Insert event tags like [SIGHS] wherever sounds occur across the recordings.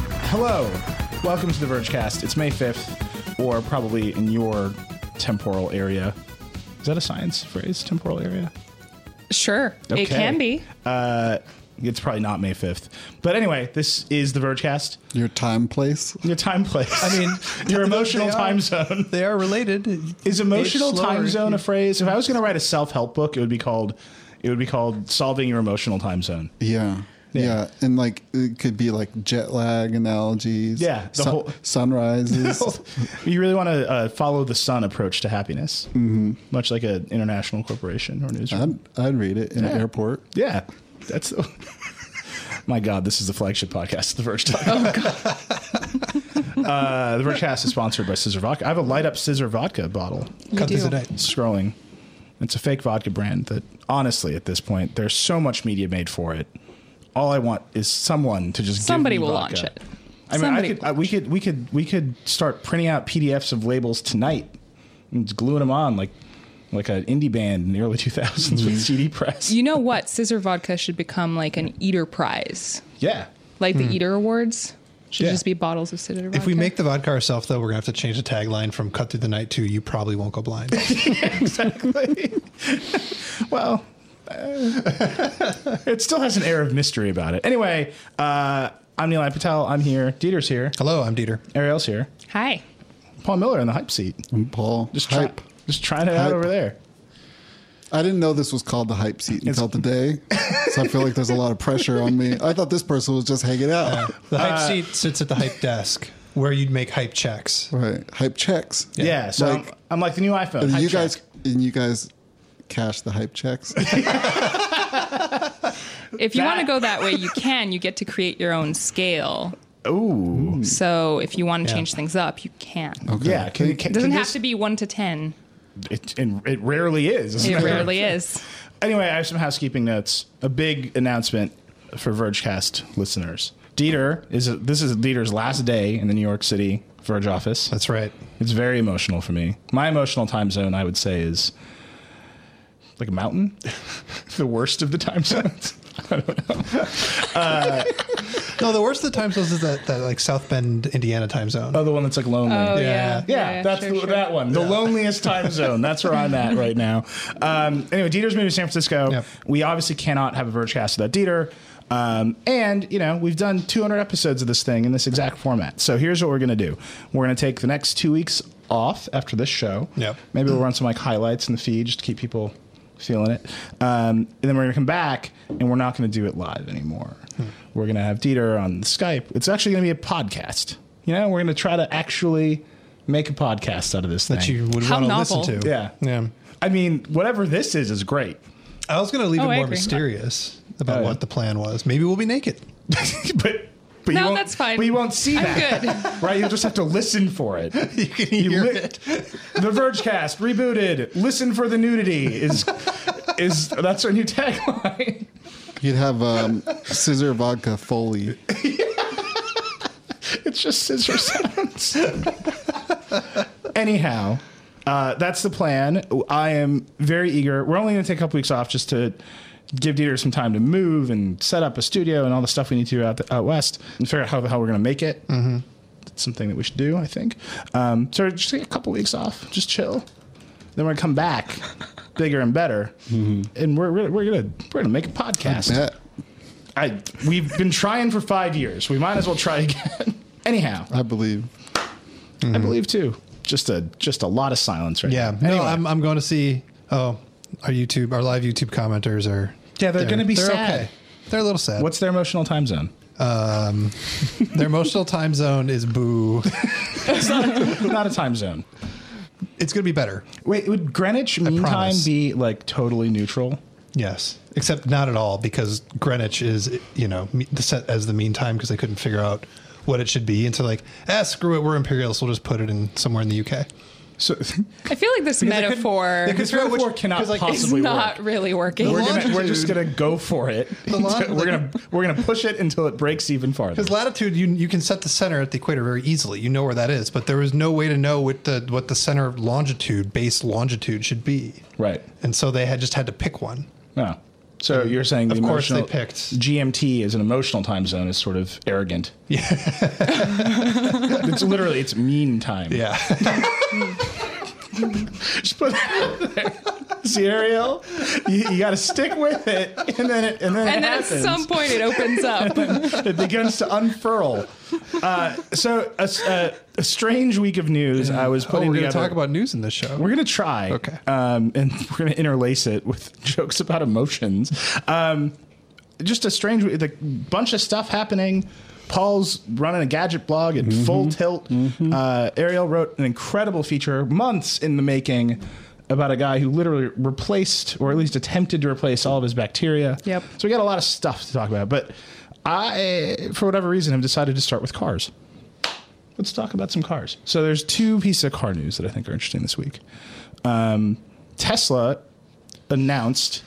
Hello. Welcome to the Vergecast. It's May 5th, or probably in your temporal area. Is that a science phrase, temporal area? Sure, it can be. Uh, it's probably not May 5th. But anyway, this is the Vergecast. Your time, place. Your time place. I mean, [LAUGHS] [LAUGHS] your they emotional are- time zone. They are related. Is emotional It's time slower. zone a phrase? If I was going to write a self-help book, it would be called it would be called solving your emotional time zone. Yeah. Yeah. and like it could be like jet lag analogies. Yeah, the sun- whole- [LAUGHS] sunrises. you really want to uh, follow the sun approach to happiness, mm-hmm. much like an international corporation or newsroom. I'd, I'd read it in an airport. yeah, that's. [LAUGHS] my God, this is the flagship podcast, of The Verge. Talk. [LAUGHS] Oh, uh, the Vergecast is sponsored by Scissor Vodka. I have a light up Scissor Vodka bottle. Cut this do. at night. Scrolling, it's a fake vodka brand that, honestly, at this point, there's so much media made for it. All I want is someone to just give Somebody me will vodka. launch it. I mean, Somebody I could, I, we could, we could, we could start printing out PDFs of labels tonight and just gluing them on like, like an indie band in the early 2000s [LAUGHS] with CD press. You know what? Scissor vodka should become like an eater prize, yeah, like the eater awards. Should Hmm. Yeah. just be bottles of scissor vodka. If we make the vodka ourselves, though, we're gonna have to change the tagline from "Cut Through the Night" to "You Probably Won't Go Blind." [LAUGHS] exactly. well, [LAUGHS] uh, it still has an air of mystery about it. Anyway, uh, I'm Neil Patel. I'm here. Dieter's here. Hello, I'm Dieter. Ariel's here. hi, Paul Miller in the hype seat. And Paul. Just try, hype. just trying it out Hype. over there. I didn't know this was called the hype seat until today. so I feel like there's a lot of pressure on me. I thought this person was just hanging out. The hype Uh, seat sits at the hype desk, where you'd make hype checks. Right. Hype checks. Yeah. so Like- I'm, I'm like the new iPhone. And Hype you check. guys and you guys cash the hype checks. if you want That- to go that way, you can. You get to create your own scale. Ooh. So if you want to Yeah. change things up, you can. Yeah. Can, It can, doesn't can have this- to be one to ten. It, and it rarely is. as a It matter of rarely is. [LAUGHS] Anyway, I have some housekeeping notes. A big announcement for Vergecast listeners. Dieter is this is Dieter's last day in the New York City Verge office. That's right. It's very emotional for me. My emotional time zone, I would say, is like a mountain. [LAUGHS] the worst of the time zones. No, the worst of the time zones is that, that like South Bend, Indiana time zone. [LAUGHS] Oh, the one that's like lonely. Oh yeah, Yeah. Yeah, that's sure, the, sure. that one. The loneliest time zone. That's where I'm at right now. Um, anyway, Dieter's moving to San Francisco. Yep. We obviously cannot have a Vergecast without Dieter. Um, and, you know, we've done 200 episodes of this thing in this exact format. So here's what we're going to do we're going to take the next two weeks off after this show. Yep. Maybe we'll run some like highlights in the feed just to keep people feeling it. Um, and then we're going to come back and we're not going to do it live anymore. Hmm. We're going to have Dieter on Skype. It's actually going to be a podcast. You know, we're going to try to actually make a podcast out of this that thing. you would How want to novel. listen to. Yeah. yeah. I mean, whatever this is, is great. [LAUGHS] I was gonna leave Oh, it I more agree. mysterious about Oh, yeah. what the plan was. Maybe we'll be naked. but. But you No, won't- that's fine. But you won't see I'm that. good. [LAUGHS] Right? You'll just have to listen for it. [LAUGHS] You can hear li- the Vergecast rebooted. Listen for the nudity is is that's our new tagline. You'd have um, scissor vodka foley. It's just scissor sounds. [LAUGHS] Anyhow, uh, that's the plan. I am very eager. We're only going to take a couple weeks off just to give Dieter some time to move and set up a studio and all the stuff we need to do out, the, out west and figure out how the hell we're going to make it. Mm-hmm. It's something that we should do, I think. Um, so just take a couple weeks off, just chill. Then we're going to come [LAUGHS] back bigger and better. And we're, we're, we're going to we're gonna make a podcast. Yeah. I, we've been trying for five years. We might as well try again. [LAUGHS] Anyhow, I believe. I believe too. Just a just a lot of silence right Yeah. now. No, Anyway. I'm, I'm going to see. Oh, our YouTube, our live YouTube commenters are. Yeah, they're gonna be sad. They're a little sad. What's their emotional time zone? [LAUGHS] um, their emotional time zone is boo. It's not a, not a time zone. [LAUGHS] It's gonna be better. Wait, would Greenwich Mean Time promise. be like totally neutral? Yes, except not at all because Greenwich is you know me- the set as the mean time because they couldn't figure out what it should be, and so like, ah, screw it, we're imperialists. We'll just put it in somewhere in the UK. So I feel like this metaphor they couldn't- is figure out metaphor cannot possibly not work. really working. we're, longitude- gonna, we're just gonna go for it. long- [LAUGHS] we're gonna we're gonna push it until it breaks even farther. Because latitude, you you can set the center at the equator very easily. You know where that is, but there was no way to know what the what the center of longitude, base longitude, should be. Right. And so they had just had to pick one. No. So you're saying the Of course they emotional- picked- GMT as an emotional time zone is sort of arrogant. Yeah, [LAUGHS] it's literally it's mean time. [LAUGHS] Yeah. Just put that out there. See, Ariel, you, got to stick with it, and then it, and then it And then at happens. some point it opens up. [LAUGHS] it begins to unfurl. Uh, so a, s- uh, a strange week of news. I was oh, putting we're going to together. talk about news in this show. We're gonna try, Okay. um, and we're gonna interlace it with [LAUGHS] jokes about emotions. Um, just a strange, the bunch of stuff happening. Paul's running a gadget blog at full tilt. Uh, Ariel wrote an incredible feature, months in the making, about a guy who literally replaced, or at least attempted to replace, all of his bacteria. Yep. So we got a lot of stuff to talk about, but I, for whatever reason, have decided to start with cars let's talk about some cars. So there's two pieces of car news that I think are interesting this week. Um, Tesla announced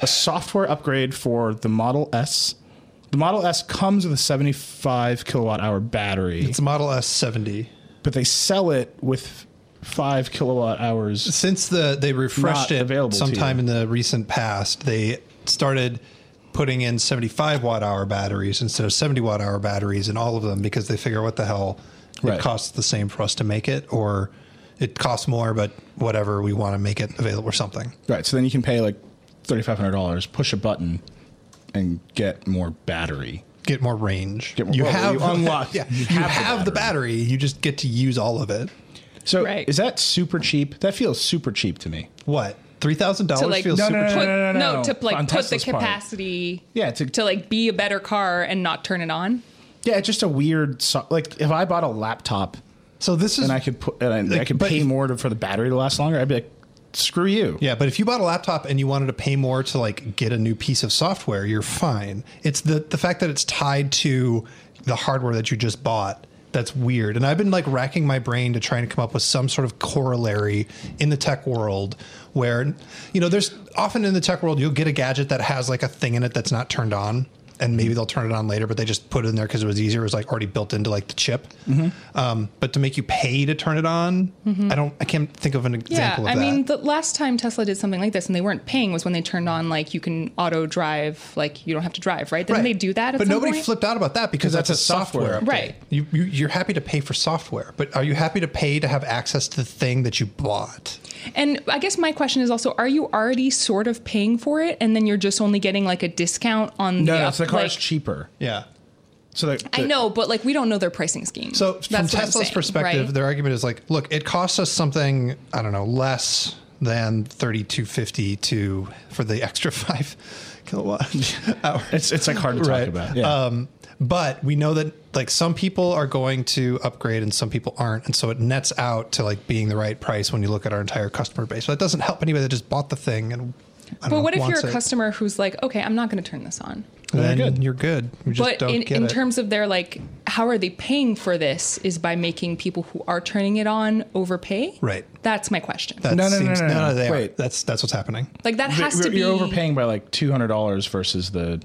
a software upgrade for the Model S. The Model S comes with a 75 kilowatt hour battery, It's Model S70. but they sell it with five kilowatt hours. Since the they refreshed Not it available to sometime you. in the recent past, they started putting in 75 watt hour batteries instead of 70 watt hour batteries in all of them because they figure what the hell Right. it costs the same for us to make it or it costs more but whatever we want to make it available or something. Right. So then you can pay like $3,500, push a button, and get more battery. Get more range. Get more- you well, have [LAUGHS] you unlock- yeah, you you have have, the the battery, you just get to use all of it. So Right. is that super cheap? That feels super cheap to me. What? $3,000 to like feels No, super no, cheap. put, no, no, no. to like On put Tesla's the part. capacity Yeah, to- like be a better car and not turn it on. Yeah, it's just a weird. So- like if I bought a laptop So this is and I could put and I, I Like, could but- pay more to, for the battery to last longer, I'd be like, screw you. Yeah, but if you bought a laptop and you wanted to pay more to like get a new piece of software, you're fine. It's the the fact that it's tied to the hardware that you just bought. That's weird. And I've been like racking my brain to try and come up with some sort of corollary in the tech world where you know, there's often in the tech world you'll get a gadget that has like a thing in it that's not turned on and maybe they'll turn it on later, but they just put it in there because it was easier. It was like already built into like the chip. Mm-hmm. Um, but to make you pay to turn it on, I don't, I can't think of an example yeah, of I that. mean, the last time Tesla did something like this and they weren't paying was when they turned on like you can auto drive, like you don't have to drive, right? Didn't Right. they do that? At but some nobody point? flipped out about that because that's, that's a a software, software update. Right. You, you you're happy to pay for software, but are you happy to pay to have access to the thing that you bought? And I guess my question is also: Are you already sort of paying for it, and then you're just only getting like a discount on No, the no, up- so the car is like- cheaper. Yeah. So the, I know, but like we don't know their pricing scheme. So That's from what I'm Tesla's saying, perspective, right? their argument is like, look, it costs us something, I don't know, less than 3250 to for the [LAUGHS] extra 5 kilowatt [LAUGHS] hour. It's it's like hard to talk Right. about. Uh, Yeah. Um, but we know that like some people are going to upgrade and some people aren't, and so it nets out to like being the right price when you look at our entire customer base. So that doesn't help anybody that just bought the thing and. I but don't know, what if you're wants a it. customer who's like, okay, I'm not going to turn this on. Then You're you're good. good. You're good. You just but don't in, get in it. terms of their like how are they paying for this is by making people who are turning it on overpay Right. that's my question that No, no, no, seems, no, no, no. they Wait. Are. That's that's what's happening. like that has you're, to be you're overpaying by like two hundred dollars versus the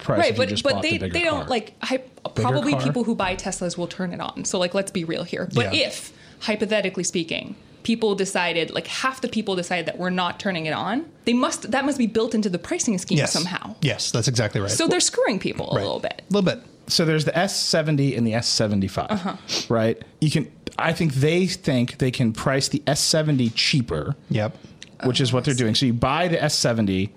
price. if right you but just but bought they the bigger they don't car. like hy- probably car? people who buy teslas will turn it on so like let's be real here but Yeah. if hypothetically speaking people decided like half the people decided that we're not turning it on they must that must be built into the pricing scheme Yes. somehow Yes, that's exactly right. so they're screwing people a Right. little bit A little bit. So there's the S seventy and the S seventy Uh-huh. five. Right. You can. I think they think they can price the S seventy cheaper. Yep. which is what they're doing. So you buy the S70,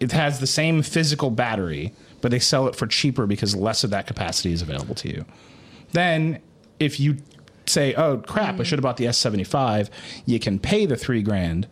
it has the same physical battery, but they sell it for cheaper because less of that capacity is available to you. Then if you say, "Oh Mm. crap, I should have bought the S75," you can pay the 3 grand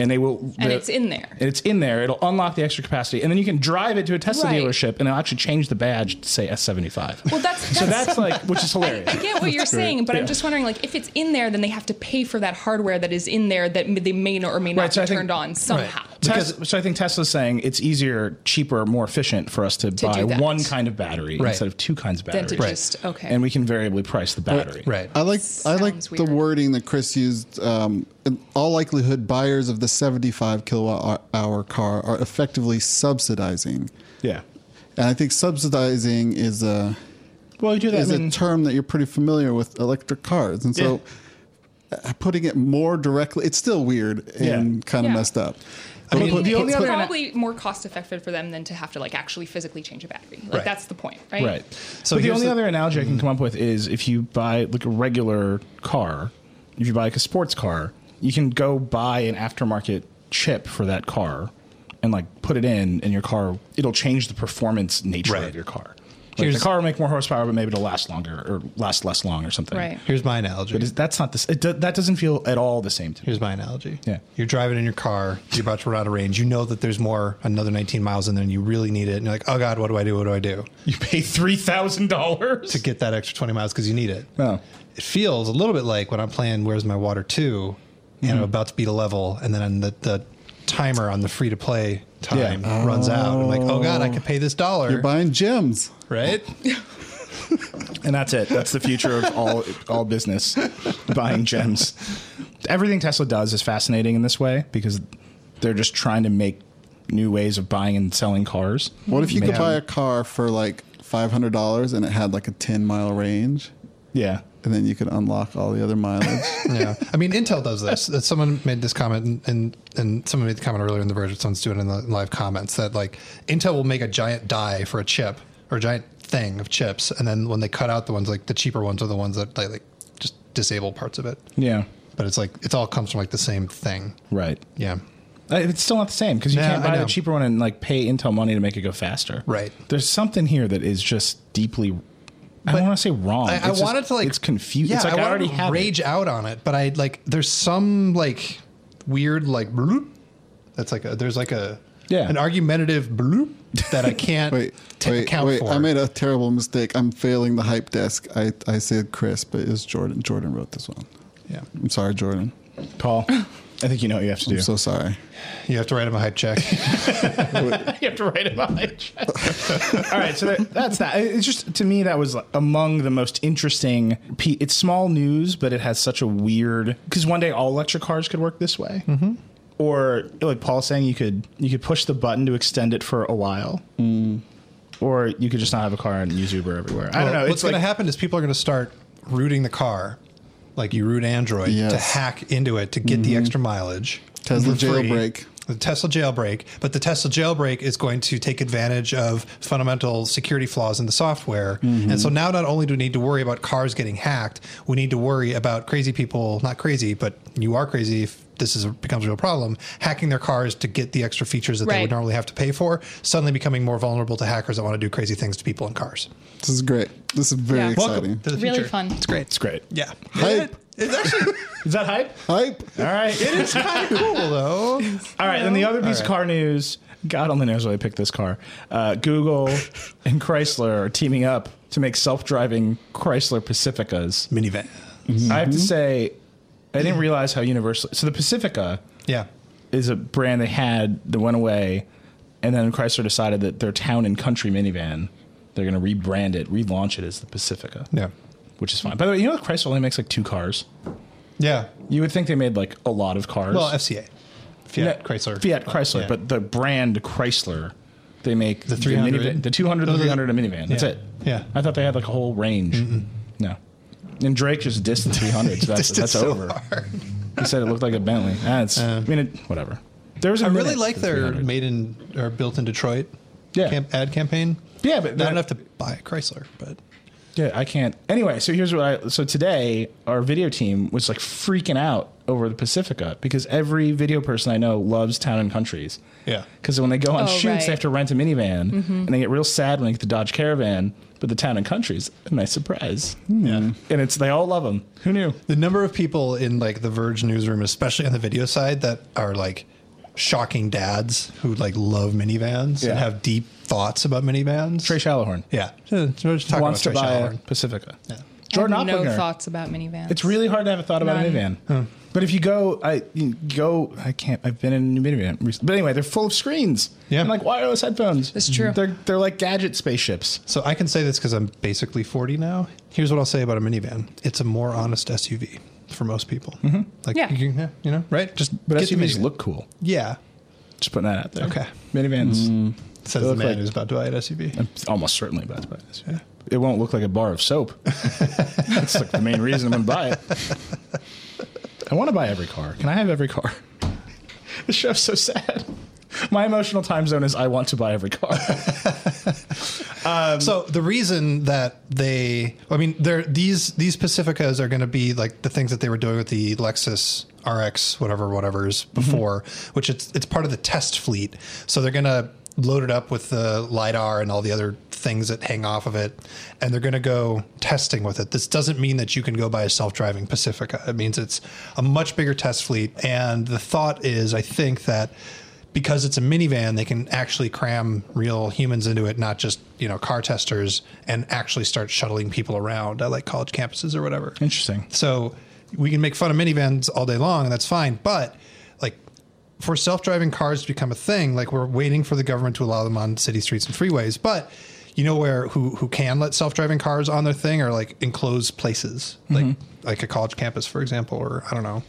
and they will and the- it's in there and it's in there. It'll unlock the extra capacity, and then you can drive it to a Tesla Right. dealership, and it'll actually change the badge to say S seventy five. well that's, So that's that's like, which is hilarious. [LAUGHS] I get what you're saying, but I'm just wondering, like, if it's in there, then they have to pay for that hardware that is in there that m- they may or may not Right, so I be think- turned on somehow. Tes- so I think Tesla's saying it's easier, cheaper, more efficient for us to, buy do that. one kind of battery Right. instead of two kinds of Than batteries. to just okay. And we can variably price the battery. Right. I like I like Sounds the weird. wording that Chris used. Um, in all likelihood, buyers of the 75 kilowatt hour car are effectively subsidizing, Yeah. and I think subsidizing is a Well, you do that. is I mean, a term that you're pretty familiar with electric cars, and so uh, putting it more directly, it's still weird and Yeah. kind of Yeah. messed up. I mean, put- the the it's only other- probably more cost effective for them than to have to like actually physically change a battery. Like Right. that's the point, right? Right. So So but the here's only the- Mm-hmm. other analogy I can come up with is if you buy like a regular car, if you buy like a sports car, you can go buy an aftermarket chip for that car and like put it in and your car it'll change the performance nature Right. of your car. Like Here's- the car will make more horsepower, but maybe it'll last longer or last less long or something. Right. here's my analogy. But is, that's not this. It do, that doesn't feel at all the same to me. [LAUGHS] Here's my analogy. Yeah. You're driving in your car, you're about to run out of range. You know that there's more, another 19 miles in there, and you really need it. And you're like, oh God, what do I do? What do I do? You pay three thousand dollars. To get that extra 20 miles because you need it. [LAUGHS] No. It feels a little bit like when I'm playing Where's My Water 2 and I'm about to beat a level, and then the, the timer on the free to play time Yeah. runs out. I'm like, oh God, I could pay this dollar. You're buying gems. right? And that's it. That's the future of all all business, buying gems. Everything Tesla does is fascinating in this way because they're just trying to make new ways of buying and selling cars. What if you could Man. buy a car for like five hundred dollars and it had like a ten mile range, Yeah. and then you could unlock all the other mileage? yeah. I mean, Intel does this. That someone made this comment, and and someone made the comment earlier in the version. Someone's doing it in the live comments that like Intel will make a giant die for a chip or a giant thing of chips, and then when they cut out the ones like the cheaper ones are the ones that they like just disable parts of it. Yeah. But it's like it's all comes from like the same thing. Right. Yeah. Uh, It's still not the same because you Yeah, can't I buy know. the cheaper one and like pay Intel money to make it go faster. Right. There's something here that is just deeply. I don't want to say wrong. I, I It's just- wanted to like It's confused. Yeah, it's like I, I, wanted already to have it. rage out on it, but I like there's some like weird like bloop. That's like a there's like a Yeah. an argumentative bloop [LAUGHS] that I can't Wait, take wait, account wait! for. I made a terrible mistake. I'm failing the hype desk. I I said Chris, but it was Jordan. Jordan wrote this one. yeah. I'm sorry, Jordan. Paul. I think you know what you have to do. I'm so sorry. You have to write him a hype check. [LAUGHS] you have to write him on All right, so that, that's that. It's just to me that was like, among the most interesting. P- it's small news, but it has such a weird because one day all electric cars could work this way, mm-hmm. or like Paul's saying, you could you could push the button to extend it for a while, Mm. or you could just not have a car and use Uber everywhere. I don't know. What's It's going to like happen is people are going to start rooting the car, like you root Android, Yes. Mm-hmm. to hack into it to get the extra mileage. Tesla for free. jailbreak. The Tesla jailbreak, but the Tesla jailbreak is going to take advantage of fundamental security flaws in the software. Mm-hmm. And so now not only do we need to worry about cars getting hacked, we need to worry about crazy people, not crazy, but you are crazy if this is becomes a real problem, hacking their cars to get the extra features that they Right. would normally have to pay for, suddenly becoming more vulnerable to hackers that want to do crazy things to people in cars. This is great. This is very Yeah. exciting. Welcome to the Really future. fun. It's great. it's great. Yeah. Hype. It's actually Is that hype? Hype. All right. it is kind of [LAUGHS] cool though. All right, and the other piece of car news, God only knows why I picked this car. Uh, [LAUGHS] Google and Chrysler are teaming up to make self-driving Chrysler Pacificas. Minivan. I have to say, I didn't realize how universal. So the Pacifica Yeah. is a brand they had that went away, and then Chrysler decided that their town and country minivan, they're going to rebrand it, relaunch it as the Pacifica, Yeah. which is fine. By the way, you know that Chrysler only makes like two cars. Yeah. You would think they made like a lot of cars. Well, FCA. Fiat Yeah, Chrysler. Fiat Chrysler, Yeah. but the brand Chrysler, they make the 300. minivan- the 200, the Those are the- 300, a minivan. That's Yeah. it. Yeah. I thought they had like a whole range. No. And Drake just dissed the [LAUGHS] 300, so that's, Just that's so over. hard. He said it looked like a Bentley. Ah, it's, I mean, it, whatever. There was a I really minute like to their 300. made in or built in Detroit Yeah. camp, ad campaign. Yeah, but I don't that- have to buy a Chrysler, but Yeah, I can't. Anyway, so here's what I. So today, our video team was like freaking out over the Pacifica because every video person I know loves town and countries. Yeah. Because when they go on Oh, shoots, right. Mm-hmm. they have to rent a minivan, and they get real sad when they get the Dodge Caravan. But the town and countries, a nice surprise. yeah. And it's they all love them. Who knew? The number of people in like the Verge newsroom, especially on the video side, that are like shocking dads who like love minivans Yeah. and have deep thoughts about minivans. Trey Shalahorn yeah, so we're just talking wants to about Trey buy a Shalhoub. Pacifica. I Jordan have no Opplinger. thoughts about minivans. It's really hard to have a thought about a minivan. None. But if you go, I you go. I can't. I've been in a new minivan. recently. But anyway, they're full of screens. Yeah. and like wireless headphones. That's true. They're they're like gadget spaceships. So I can say this because I'm basically 40 now. Here's what I'll say about a minivan: it's a more honest SUV for most people. Like, Yeah. you, can- you know, right? Just But get the SUVs minivan. look cool. yeah. Just putting that out there. Okay. Mm-hmm. minivans. Says They the look man like- who's about to buy an SUV. It's almost certainly about to buy this. It won't look like a bar of soap. That's like the main [LAUGHS] reason I'm gonna buy it. I want to buy every car. Can I have every car? the show's so sad. My emotional time zone is I want to buy every car. so the reason that they, I mean, they're, these these Pacificas are going to be like the things that they were doing with the Lexus RX, whatever, whatever's before, which it's it's part of the test fleet. So they're going to load it up with the lidar and all the other things that hang off of it, and they're going to go testing with it. This doesn't mean that you can go buy a self-driving Pacifica. It means it's a much bigger test fleet, and the thought is, I think that because it's a minivan, they can actually cram real humans into it, not just you know car testers, and actually start shuttling people around at like college campuses or whatever. Interesting. So we can make fun of minivans all day long, and that's fine. But like for self-driving cars to become a thing, like we're waiting for the government to allow them on city streets and freeways. But you know where who who can let self-driving cars on their thing are like enclosed places, like like a college campus, for example, or I don't know,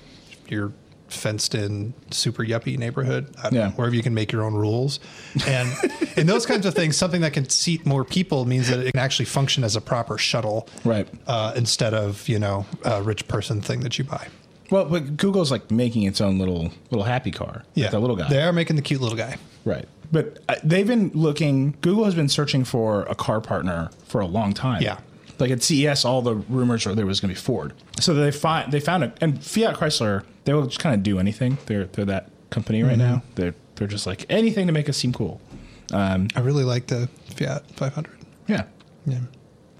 your fenced-in super yuppie neighborhood. I don't Yeah. know, wherever you can make your own rules, and in those kinds of things, something that can seat more people means that it can actually function as a proper shuttle, Right. Uh, instead of you know a rich person thing that you buy. Well, but Google's like making its own little little happy car. Yeah, the little guy. They are making the cute little guy. Right. But uh, they've been looking, Google has been searching for a car partner for a long time. Yeah. Like at CES, all the rumors were there was going to be Ford. So they find they found it, and Fiat Chrysler, they will just kind of do anything. They're they're that company right now. They're they're just like anything to make us seem cool. I really like the Fiat 500. Yeah. Yeah.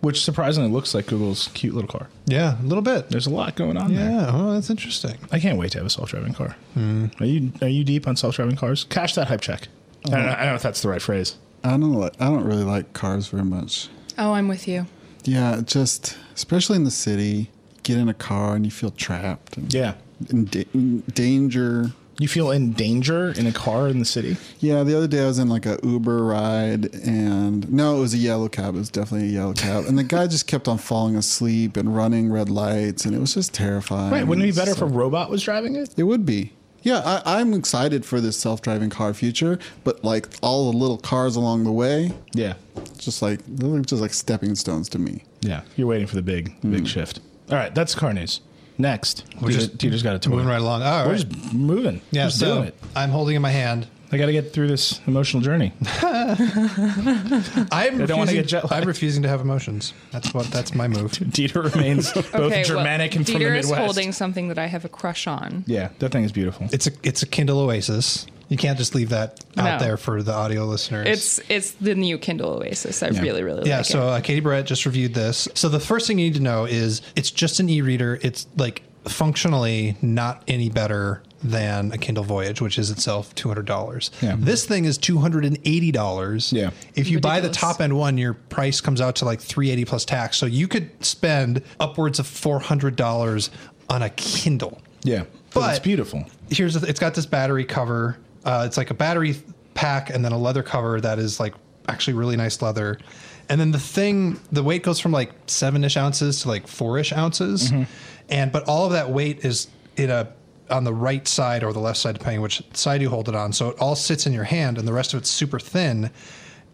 Which surprisingly looks like Google's cute little car. Yeah, a little bit. There's a lot going on there. Yeah, oh, that's interesting. I can't wait to have a self-driving car. Are you are you deep on self-driving cars? Cash that hype check. I, don't, I don't know if that's the right phrase. I don't li- I don't really like cars very much. Oh, I'm with you. Yeah, just especially in the city, get in a car and you feel trapped and Yeah. in, da- in danger. You feel in danger in a car in the city? Yeah, the other day I was in like a Uber ride, and no, it was a yellow cab. It was definitely a yellow cab, and the guy just kept on falling asleep and running red lights, and it was just terrifying. Right. Wouldn't it be better if So- a robot was driving it? It would be. Yeah, I, I'm excited for this self-driving car future, but like all the little cars along the way, Yeah. just like they're just like stepping stones to me. Yeah. You're waiting for the big, big shift. All right. That's car news. Next. We're just teacher's got a toy. Moving right along. All We're right. just moving. yeah, just so doing it. I'm holding in my hand. [LAUGHS] I got to get through this emotional [LAUGHS] journey. I'm don't wanna refusing, get jet lagged. I'm refusing to have emotions. That's what. That's my [LAUGHS] move. Dieter remains both well, Germanic and from the Dieter Midwest. is holding something that I have a crush on. Yeah. That thing is beautiful. It's a it's a Kindle Oasis. You can't just leave that No. out there for the audio listeners. It's it's the new Kindle Oasis. I really really yeah, like so it. uh, Katie Brett just reviewed this. So the first thing you need to know is it's just an e-reader. It's like functionally not any better than a Kindle Voyage, which is itself two hundred dollars. Yeah. This thing is two hundred and eighty dollars. Yeah. If you buy the Ridiculous. top end one, your price comes out to like three eighty plus tax. So you could spend upwards of four hundred dollars on a Kindle yeah. But it's But- beautiful. here's the, it's got this battery cover. Uh, it's like a battery pack and then a leather cover that is like actually really nice leather. And then the thing, the weight goes from like seven ish ounces to like four ish ounces, Mm-hmm. and but all of that weight is in a on the right side or the left side, depending which side you hold it on. So it all sits in your hand, and the rest of it's super thin.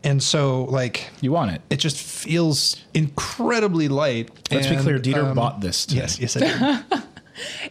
And so like You want it. it just feels incredibly light. Let's be And, clear. Dieter um, bought this. Today. Yes, yes, I did. [LAUGHS]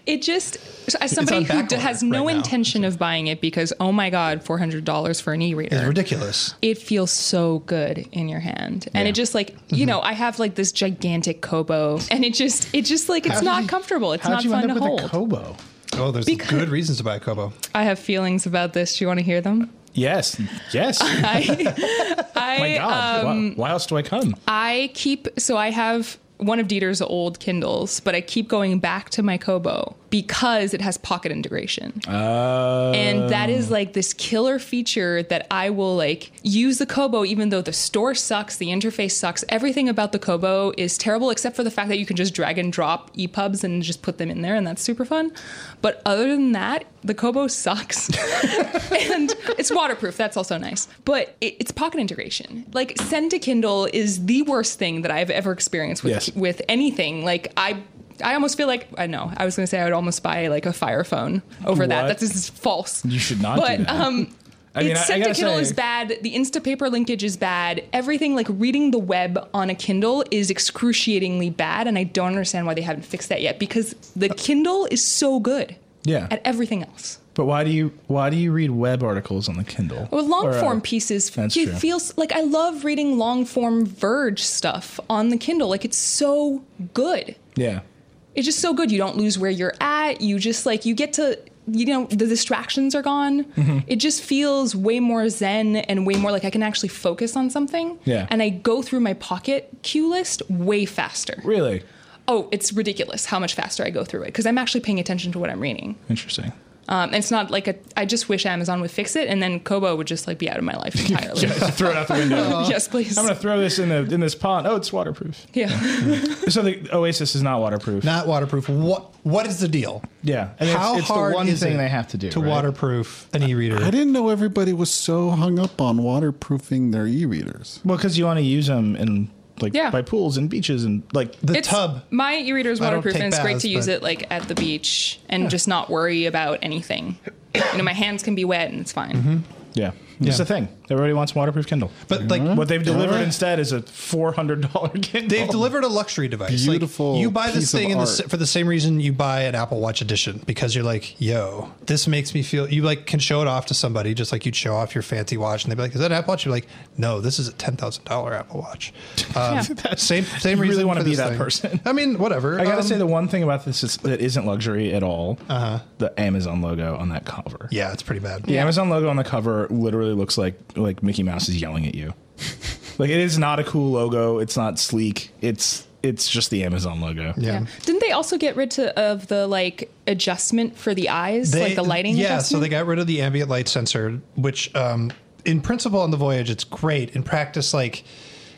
It just so as somebody on who back d- order has no right now. intention of buying it because oh my god, four hundred dollars for an e-reader. it's ridiculous. it feels so good in your hand and Yeah. it just like you know i have like this gigantic kobo and it just it just like it's How did not you- comfortable it's How'd not you fun end to up with a hold Kobo? Oh, there's good reasons to buy a Kobo. i have feelings about this do you want to [LAUGHS] hear them Yes. Yes. [LAUGHS] i um, Oh My i uh, God. Why- why else do I come? I keep so I have one of Dieter's old Kindles, but I keep going back to my Kobo because it has pocket integration. Uh, and that is Um, like this killer feature that I will like use the Kobo even though the store sucks, the interface sucks, everything about the Kobo is terrible except for the fact that you can just drag and drop E EPUBs and just put them in there and that's super fun. But other than that, the [LAUGHS] Kobo sucks. and it's waterproof. That's also nice. But it, it's pocket integration. Like send to Kindle is the worst thing that I've ever experienced with Yes. with anything. Like I. I almost feel like I know. I was going to say I would almost buy like a Fire phone over that. What? That's this is false. You should not do But that. um, I mean, it's I- I sent to gotta Kindle say- is bad. The Instapaper linkage is bad. Everything like reading the web on a Kindle is excruciatingly bad, and I don't understand why they haven't fixed that yet. Because the Kindle is so good Uh, Yeah. at everything else. But why do you why do you read web articles on the Kindle? Well, long Or, uh, form pieces that's it true. feels like I love reading long form Verge stuff on the Kindle. Like it's so good. Yeah. It's just so good. You don't lose where you're at. You just like you get to you know the distractions are gone. Mm-hmm. It just feels way more zen and way more like I can actually focus on something. Yeah. And I go through my pocket cue list way faster. Really Oh, it's ridiculous how much faster I go through it because I'm actually paying attention to what I'm reading. interesting. Um, and it's not like a. I just wish Amazon would fix it, and then Kobo would just like be out of [LAUGHS] my life entirely. Throw it out the window. [LAUGHS] yes, please. I'm gonna throw this in the in this pond. Oh, it's waterproof. yeah. So the Oasis is not waterproof. Not waterproof. What what is the deal? yeah. And it's- How it's, hard the one is thing it they have to do to right? waterproof an e-reader? I didn't know everybody was so hung up on waterproofing their e-readers. Well, because you want to use them in like Yeah. by pools and beaches and like the It's, tub. My e-reader is I don't waterproof, take and it's great baths, to use but- it like at the beach and just not worry about anything. You know, my hands can be wet, and it's fine. Mm-hmm. yeah. It's the thing. Everybody wants a waterproof Kindle. But like what they've delivered Alright. instead is a four hundred dollar Kindle. They've delivered a luxury device. Like, Beautiful you buy this piece of thing in the, art. sa- for the same reason you buy an Apple Watch edition because you're like, yo, this makes me feel. You like can show it off to somebody just like you'd show off your fancy watch, and they'd be like, "Is that an Apple Watch?" You're like, "No, this is a ten thousand dollar Apple Watch." [LAUGHS] Um, Same same you really reason. wanna for be this that thing. person. I mean, whatever. I gotta Um, say the one thing about this is, that isn't luxury at all. Uh-huh. The Amazon logo on that cover. yeah, it's pretty bad. The Amazon logo on the cover literally looks like like Mickey Mouse is yelling at you. [LAUGHS] like it is not a cool logo. It's not sleek. It's it's just the Amazon logo. Yeah. Didn't they also get rid to, of the like adjustment for the eyes, like the lighting? Yeah, so adjustment? they got rid of the ambient light sensor, which um, in principle on the Voyage it's great. In practice, like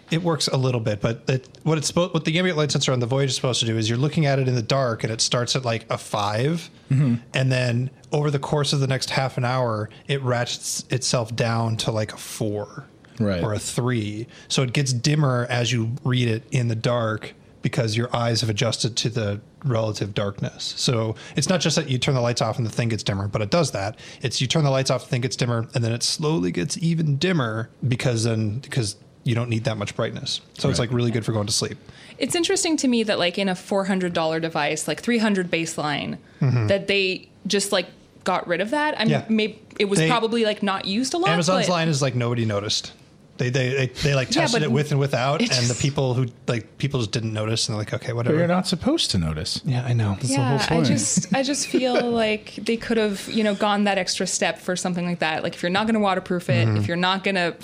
it works a little bit, but it, what it's supposed, what the ambient light sensor on the Voyage is supposed to do is you're looking at it in the dark and it starts at like a 5 and then over the course of the next half an hour, it ratchets itself down to like a four Right. or a three. So it gets dimmer as you read it in the dark because your eyes have adjusted to the relative darkness. So it's not just that you turn the lights off and the thing gets dimmer, but it does that. It's you turn the lights off, the thing gets dimmer, and then it slowly gets even dimmer because then because you don't need that much brightness. So it's Right. like really good for going to sleep. it's interesting to me that like in a $400 device like 300 baseline that they just like got rid of that i mean Mm-hmm. Yeah. maybe it was They- probably like not used a lot Amazon's but line is like nobody noticed. They they they, they like Yeah, tested but it with and without, it and the just- people who like people just didn't notice, and they're like, okay, But whatever. you're not supposed to notice. yeah, I know. the whole yeah i point. just i just [LAUGHS] feel like they could have you know gone that extra step for something like that like if you're not going to waterproof it Mm-hmm. if you're not going to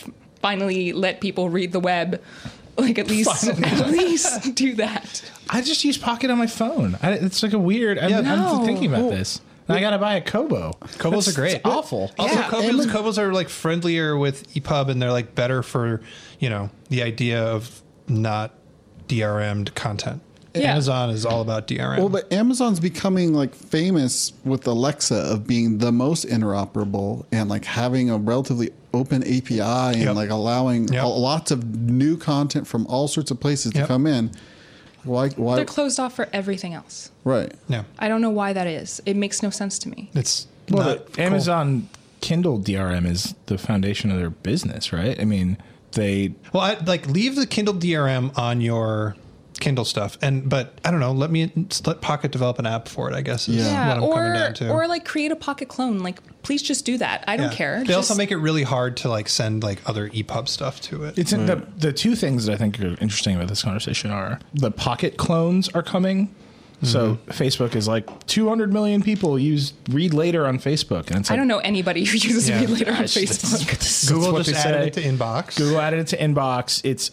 finally let people read the web like at least [LAUGHS] at least do that I just use Pocket on my phone. I, it's like a weird. I'm, Yeah. I'm No. thinking about this. And I gotta buy a Kobo. Kobo's That's- are great. it's awful. Also, Yeah. Kobo's, Kobo's are like friendlier with E EPUB, and they're like better for you know the idea of not DRM'd content. Yeah. Amazon is all about DRM. Well, but Amazon's becoming like famous with Alexa of being the most interoperable and like having a relatively open API and Yep. like allowing Yep. a- lots of new content from all sorts of places Yep. to come in. Why? Why? they're closed off for everything else right. yeah, i don't know why that is it makes no sense to me it's Well, not the cool. Amazon Kindle DRM is the foundation of their business, right? I mean, they Well, I, like leave the Kindle DRM on your Kindle stuff, and but I don't know. Let me let Pocket develop an app for it. I guess is Yeah. what I'm coming down to. or like create a pocket clone. Like, please just do that. I don't Yeah. care. They Just- also make it really hard to like send like other E EPUB stuff to it. It's in the the two things that I think are interesting about this conversation are the pocket clones are coming. So Facebook is like 200 million people use read later on Facebook, and it's like I don't know anybody who uses Yeah. Read Later on Gosh, that's- Facebook. Google what just they added say. it to inbox. Google added it to inbox. It's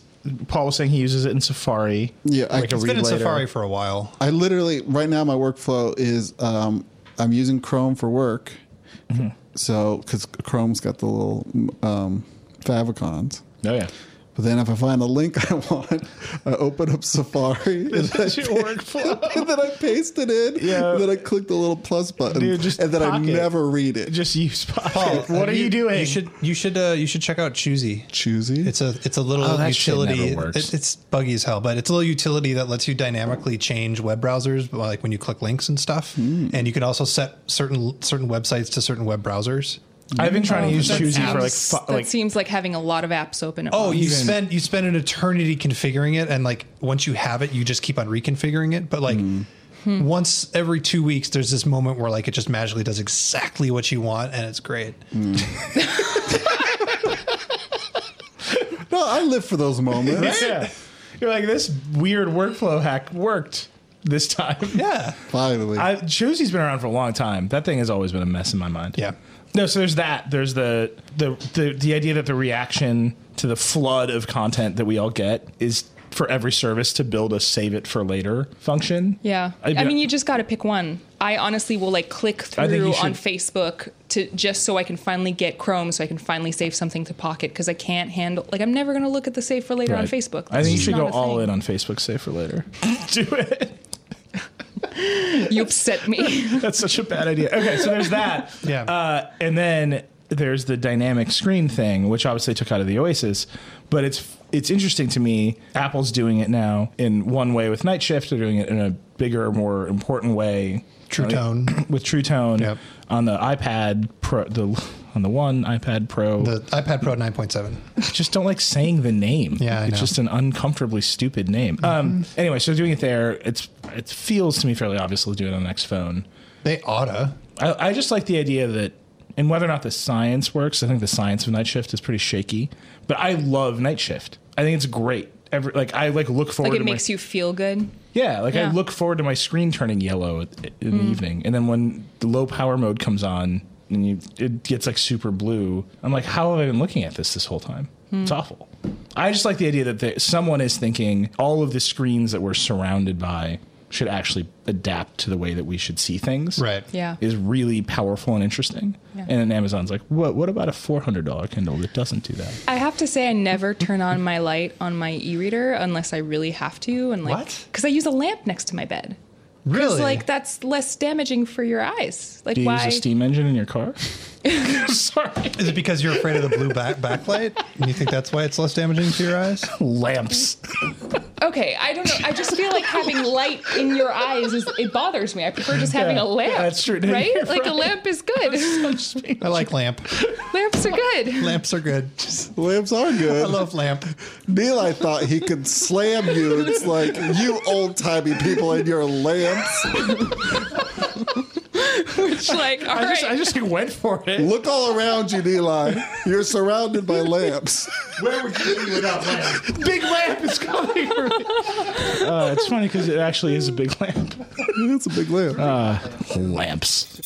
Paul was saying he uses it in Safari. Yeah, I- like a It's it's read been in later. Safari for a while. I literally right now my workflow is um, I'm using Chrome for work, Mm-hmm. so because Chrome's got the little um, favicons. Oh [LAUGHS] yeah, But then if I find the link [LAUGHS] I want, I open up Safari [LAUGHS] and then, That's your workflow. and then I paste it in. Yeah. And then I click the little plus button, Dude, just and then I pocket. never read it. Just use pocket. have what are you, doing? Oh, You should you should uh, you should check out Choosy. Choosy. It's a it's a little Oh, that shit utility. never works. It- it's buggy as hell, but it's a little utility that lets you dynamically change web browsers, like when you click links and stuff. Hmm. And you can also set certain certain websites to certain web browsers. I've been trying to use That Choosy for like seems- fi- Oh, that like seems like having a lot of apps open. At Oh, once. you spend Hmm. you spend an eternity configuring it, and like once you have it, you just keep on reconfiguring it. But like Once every two weeks, there's this moment where like it just magically does exactly what you want, and it's great. Hmm. No, I live for those [LAUGHS] moments. yeah. You're like, this weird workflow hack worked this time. Yeah, Finally. I, Josie's been around for a long time. That thing has always been a mess in my mind. Yeah. No, so there's that. There's the the the, the idea that the reaction to the flood of content that we all get is for every service to build a save it for later function. Yeah. I- I, mean, you just got to pick one. I honestly will like click I think you through on should- Facebook to just so I can finally get Chrome so I can finally save something to Pocket because I can't handle like I'm never going to look at the save for later on Right. Facebook. I think you should go all all in on Facebook save for later. [LAUGHS] Do it. [LAUGHS] You upset me. That's such a bad idea. Okay, so there's that. [LAUGHS] Yeah. Uh, and then there's the dynamic screen thing, which obviously took out of the Oasis, but it's it's interesting to me. Apple's doing it now in one way with Night Shift. They're doing it in a bigger, more important way. True I mean, Tone. with True Tone Yep. on the iPad Pro, the on the one iPad Pro. the iPad Pro 9.7. just don't like saying the name. Yeah, I it's know. Mm-hmm. just an uncomfortably stupid name. Um, anyway, so doing it there, it's it feels to me fairly obvious to do it on the next phone. They oughta. I, I just like the idea that, and whether or not the science works, I think the science of night shift is pretty shaky. But I love night shift. I think it's great. Every like I like look forward. like to it makes my, you feel good. Yeah, like I Yeah. Mm. look forward to my screen turning yellow at- in the evening, and then when the low power mode comes on and you, it gets like super blue, I'm like, how have I been looking at this this whole time? Hmm. It's awful. I just like the idea that there, someone is thinking all of the screens that we're surrounded by should actually adapt to the way that we should see things Right. Yeah. is really powerful and interesting. Yeah. And then Amazon's like, what? What about a four hundred dollar Kindle that doesn't do that? I have to say, I never turn on my light on my e-reader unless I really have to, and like What? because I use a lamp next to my bed. Really? It's like that's less damaging for your eyes. Like Do you why? use a steam engine in your [LAUGHS] car? Sorry, Is it because you're afraid of the blue back backlight, and you think that's why it's less damaging to your eyes? lamps. Okay, I don't know. I just feel like having light in your eyes is it bothers me. I prefer just having Yeah, a lamp. that's true. [LAUGHS] No, Right? you're Like a right. lamp [LAUGHS] is good. I like lamp. Lamps are good. Lamps are good. Lamps are I good. love lamp. Neil, I thought he could slam you. It's like, you old timey people and your lamps. It's like, all I right. just, I just like, went for it. Look all around you, Neil. You're surrounded by lamps. [LAUGHS] Where would you be without lamp? big lamp is coming. uh, it's funny because it actually is a big lamp. It's a big lamp. Oh, Lamps.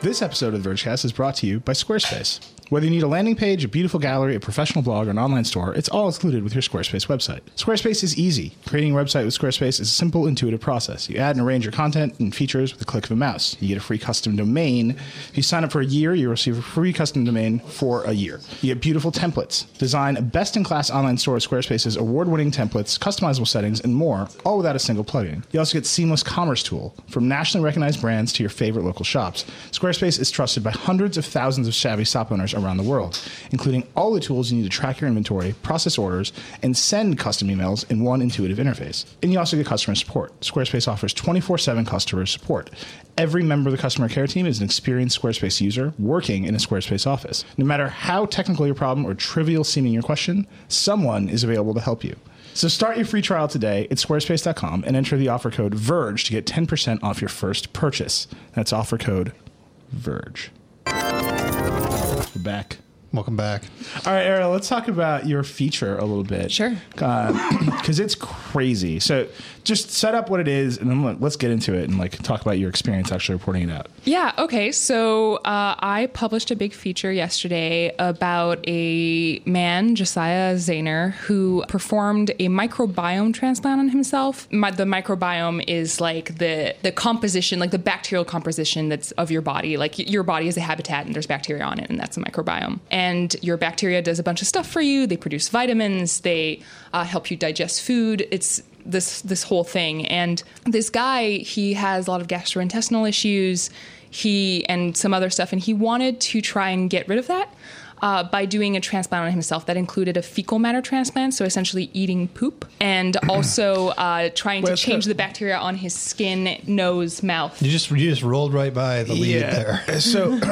This episode of the Vergecast is brought to you by Squarespace. Whether you need a landing page, a beautiful gallery, a professional blog, or an online store, it's all included with your Squarespace website. Squarespace is easy. Creating a website with Squarespace is a simple, intuitive process. You add and arrange your content and features with a click of a mouse. You get a free custom domain. If you sign up for a year, you receive a free custom domain for a year. You get beautiful templates. Design a best-in-class online store with Squarespace's award-winning templates, customizable settings, and more, all without a single plugin. You also get Seamless Commerce Tool from nationally recognized brands to your favorite local shops. Squarespace is trusted by hundreds of thousands of savvy shop owners around the world, including all the tools you need to track your inventory, process orders, and send custom emails in one intuitive interface. And you also get customer support. Squarespace offers 24 7 customer support. Every member of the customer care team is an experienced Squarespace user working in a Squarespace office. No matter how technical your problem or trivial seeming your question, someone is available to help you. So start your free trial today at squarespace.com and enter the offer code VERGE to get 10% off your first purchase. That's offer code VERGE. We're back. Welcome back. All right, Ariel, let's talk about your feature a little bit. Sure. [CLEARS THROAT] Because it's crazy. So just set up what it is and then let- let's get into it and like talk about your experience actually reporting it out. Yeah. Okay. So uh, I published a big feature yesterday about a man, Josiah Zahner, who performed a microbiome transplant on himself. My, the microbiome is like the the composition, like the bacterial composition that's of your body. Like y- your body is a habitat, and there's bacteria on it, and that's a microbiome. And your bacteria does a bunch of stuff for you. They produce vitamins. They uh, help you digest food. It's this this whole thing. And this guy, he has a lot of gastrointestinal issues, he and some other stuff, and he wanted to try and get rid of that. uh, by doing a transplant on himself that included a fecal matter transplant, so essentially eating poop, and also uh, trying to Where's change the- the bacteria on his skin, nose, mouth. You just you just rolled right by the lead there. [LAUGHS] So [CLEARS THROAT]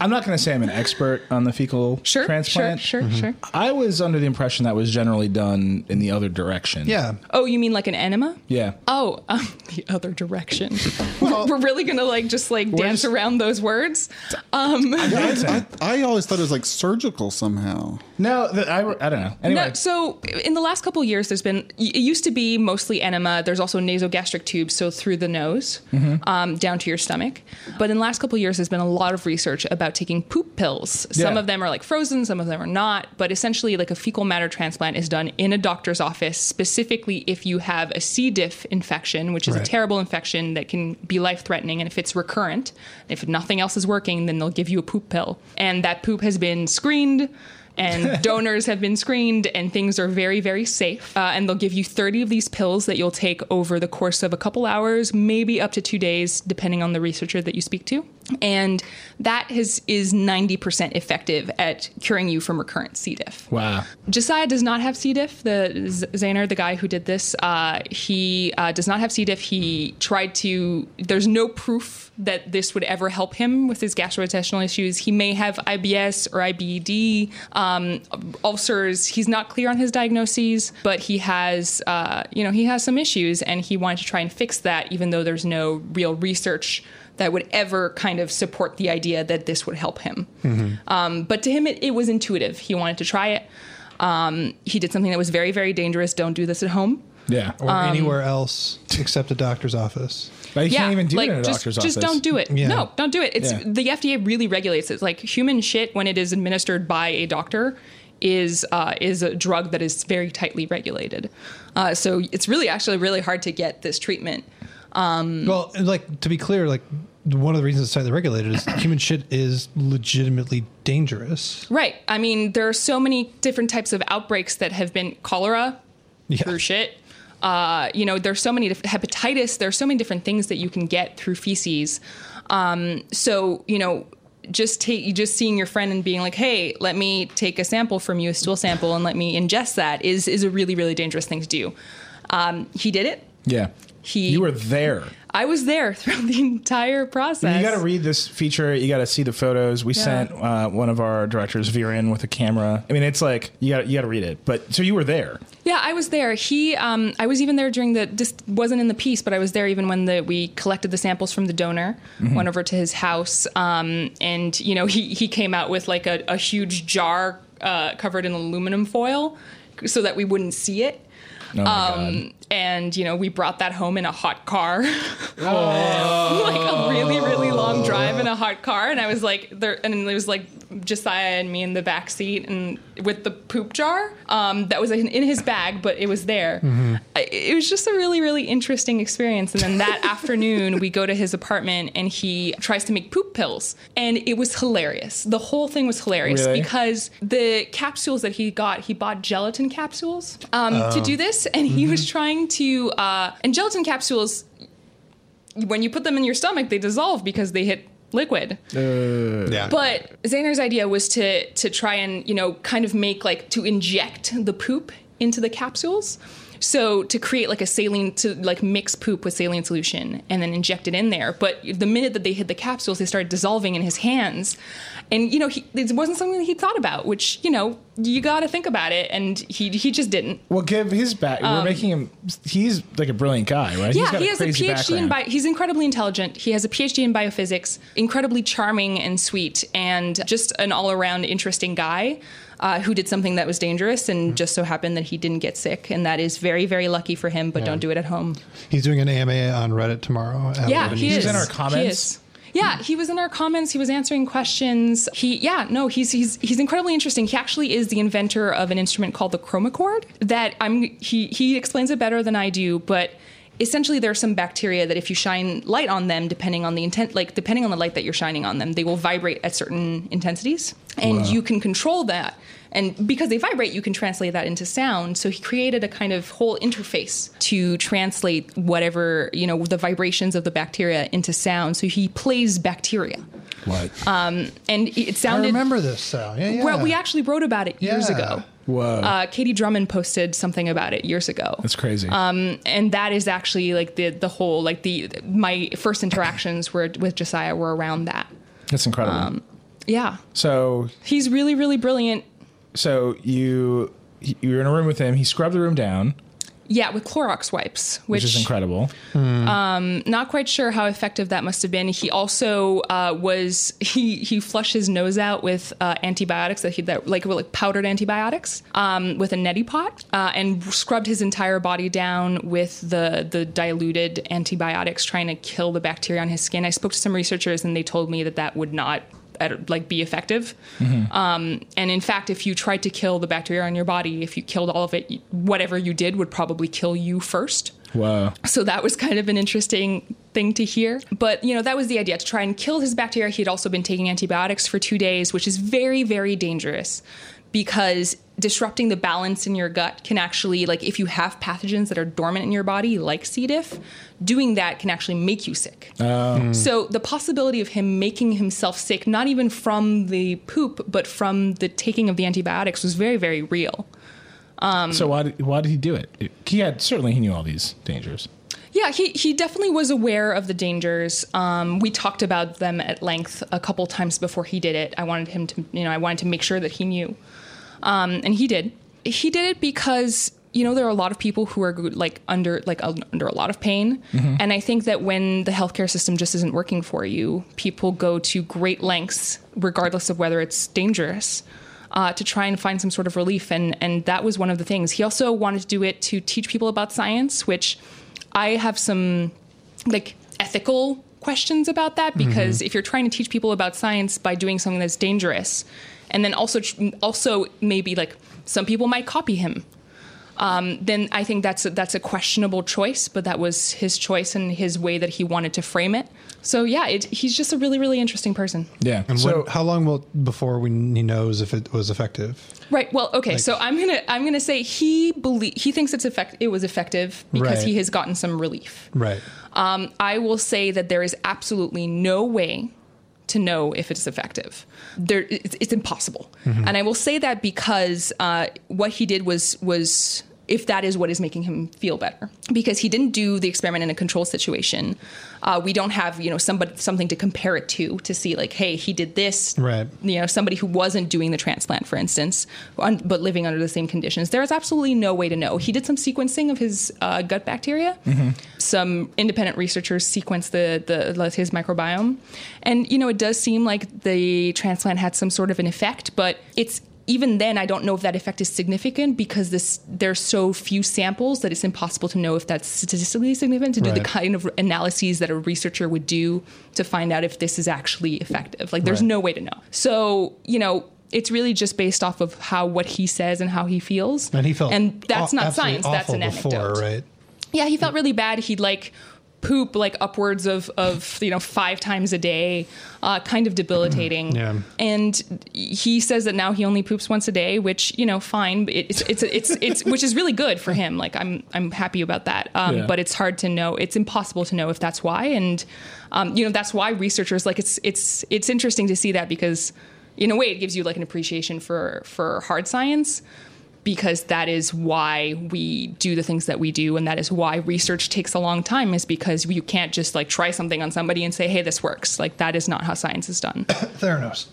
I'm not going to say I'm an expert on the fecal Sure, transplant. Mm-hmm. sure, sure, sure. I was under the impression that was generally done in the other direction. Yeah. Oh, you mean like an enema? Yeah. Oh, [LAUGHS] um, the other direction. [LAUGHS] We're really gonna like just like dance just- around those words. Um, I, I always thought it was like surgical somehow. No, th- I, I don't know. Anyway, No, so in the last couple of years, there's been y- it used to be mostly enema. There's also nasogastric tubes, so through the nose, um, down to your stomach. But in the last couple of years, there's been a lot of research about taking poop pills. Some Yeah. of them are like frozen, some of them are not. But essentially, like a fecal matter transplant is done in a doctor's office, specifically if you have a C. diff infection, which is a Right. terrible infection that can be life threatening. And if it's recurrent, if nothing else is working, then they'll give you a poop pill. And that poop has been screened and donors have been screened and things are very very safe uh, and they'll give you 30 of these pills that you'll take over the course of a couple hours maybe up to two days depending on the researcher that you speak to and that has, is 90% effective at curing you from recurrent c diff wow. Josiah does not have C. diff. The Z- Zaner, the guy who did this, uh, he uh, does not have C. diff. He tried to. There's no proof that this would ever help him with his gastrointestinal issues. He may have IBS or IBD, um, ulcers. He's not clear on his diagnoses, but he has, uh, you know, he has some issues, and he wanted to try and fix that, even though there's no real research that would ever kind of support the idea that this would help him. Um, but to him, it, it was intuitive. He wanted to try it. Um, he did something that was very, very dangerous. Don't do this at home. Yeah. Or Uh, Um, anywhere else except a doctor's office. But you yeah, can't even do like it in a just, doctor's just office. don't do it. Yeah. No, don't do it. It's Yeah. the FDA really regulates it. Like human shit when it is administered by a doctor is uh, is a drug that is very tightly regulated. Uh, so it's really actually really hard to get this treatment. Mm. Well, and, like to be clear, like one of the reasons it's tightly regulated is human shit is legitimately dangerous. Right. I mean, there are so many different types of outbreaks that have been cholera Yeah. through shit. Uh, you know, there's so many diff- hepatitis. There's so many different things that you can get through feces. Um, so you know, just take you just seeing your friend and being like, "Hey, let me take a sample from you, a stool sample, and let me ingest that," is is a really really dangerous thing to do. Um, he did it. Yeah. He- you were there. I was there [LAUGHS] throughout the entire process. You got to read this feature. You got to see the photos. We Yeah. sent uh, one of our directors, Viren, with a camera. I mean, it's like you got you got to read it. But so you were there. Yeah, I was there. He, um, I was even there during the. This wasn't in the piece, but I was there even when the we collected the samples from the donor, went over to his house, um, and you know he he came out with like a, a huge jar uh, covered in aluminum foil, so that we wouldn't see it. Oh my God. Um, and you know we brought that home in a hot car, [LAUGHS] like a really really long drive in a hot car. And I was like there, and it was like Josiah and me in the back seat, and with the poop jar um, that was in, in his bag, but it was there. I, it was just a really really interesting experience. And then that afternoon we go to his apartment, and he tries to make poop pills, and it was hilarious. The whole thing was hilarious Really? because the capsules that he got, he bought gelatin capsules um, to do this, and he was trying to. Uh, and gelatin capsules, when you put them in your stomach, they dissolve because they hit liquid. Yeah. But Zaner's idea was to to try and you know kind of make like to inject the poop into the capsules. So to create like a saline to like mix poop with saline solution and then inject it in there. But the minute that they hit the capsules, they started dissolving in his hands, and you know he, it wasn't something that he thought about. Which you know you got to think about it, and he he just didn't. Well, give his back. we're making him. He's like a brilliant guy, right? um, yeah, he has a PhD in bio. He's incredibly intelligent. He has a PhD in biophysics. Incredibly charming and sweet, and just an all-around interesting guy uh, who did something that was dangerous, and just so happened that he didn't get sick, and that is very, very lucky for him. But don't do it at home. He's doing an AMA on Reddit tomorrow. Yeah, he He is. was in our He comments? is. Yeah, he was in our comments. He was answering questions. He, yeah, no, he's he's he's incredibly interesting. He actually is the inventor of an instrument called the chromochord. That I'm he he explains it better than I do, but essentially there are some bacteria that if you shine light on them, depending on the intent, like depending on the light that you're shining on them, they will vibrate at certain intensities, and you can control that And because they vibrate, you can translate that into sound. So he created a kind of whole interface to translate whatever, you know, the vibrations of the bacteria into sound. So he plays bacteria. What? Uh, And it I sounded. remember this. So yeah, yeah. Well, we actually wrote about it years Yeah. ago. Whoa. Uh, Katie Drummond posted something about it years ago. That's crazy. um, and that is actually like the the whole like the my first interactions were with Josiah were around that. That's incredible. um, Yeah, so he's really really brilliant. so you you were in a room with him. He scrubbed the room down, Yeah, with Clorox wipes, which which, is incredible. not quite sure how effective that must have been. He also uh, was he he flushed his nose out with uh, antibiotics that he that like were like powdered antibiotics um, with a neti pot uh, and scrubbed his entire body down with the the diluted antibiotics, trying to kill the bacteria on his skin. I spoke to some researchers and they told me that that would not at, like be effective. Um, and in fact, if you tried to kill the bacteria on your body, if you killed all of it, y- whatever you did would probably kill you first. Whoa. So that was kind of an interesting thing to hear. But, you know, that was the idea to try and kill his bacteria. He had also been taking antibiotics for two days, which is very, very dangerous because disrupting the balance in your gut can actually, like, if you have pathogens that are dormant in your body, like C. diff, doing that can actually make you sick. So the possibility of him making himself sick, not even from the poop, but from the taking of the antibiotics, was very, very real. Um, so why did, why did he do it? He had certainly he knew all these dangers. Yeah, he, he definitely was aware of the dangers. Um, we talked about them at length a couple times before he did it. I wanted him to, you know, I wanted to make sure that he knew. Um, and he did. He did it because, you know, there are a lot of people who are like under like un- under a lot of pain. And I think that when the healthcare system just isn't working for you, people go to great lengths, regardless of whether it's dangerous, uh, to try and find some sort of relief. And and that was one of the things. He also wanted to do it to teach people about science, which I have some like ethical questions about that because if you're trying to teach people about science by doing something that's dangerous, and then also tr- also maybe like some people might copy him. Um, then I think that's a, that's a questionable choice, but that was his choice and his way that he wanted to frame it. So yeah, it, he's just a really really interesting person. Yeah. And so when, how long will before we, he knows if it was effective? Right. Well, okay. so I'm gonna I'm gonna say he believe he thinks it's effect it was effective because Right. he has gotten some relief. Right. Um, I will say that there is absolutely no way to know if it's effective. There, it's, it's impossible. And I will say that because uh, what he did was was if that is what is making him feel better, because he didn't do the experiment in a control situation. Uh, we don't have you know somebody something to compare it to to see like hey he did this Right. you know somebody who wasn't doing the transplant for instance un- but living under the same conditions there is absolutely no way to know he did some sequencing of his uh, gut bacteria some independent researchers sequenced the, the like, his microbiome and you know it does seem like the transplant had some sort of an effect but it's even then i don't know if that effect is significant because this there's so few samples that it's impossible to know if that's statistically significant to do the Right. kind of analyses that a researcher would do to find out if this is actually effective like there's Right. no way to know so you know it's really just based off of how what he says and how he feels And he felt and that's aw- not absolutely science that's awful an anecdote Before, right. yeah, he felt really bad. He'd like poop like upwards of of you know five times a day, uh, kind of debilitating. Yeah. And he says that now he only poops once a day, which you know, fine. but It's it's it's it's which is really good for him. Like I'm I'm happy about that. Um, Yeah. But it's hard to know. It's impossible to know if that's why. And um, you know, that's why researchers like it's it's it's interesting to see that because in a way it gives you like an appreciation for for hard science because that is why we do the things that we do and that is why research takes a long time is because you can't just like try something on somebody and say hey this works like that is not how science is done Theranos.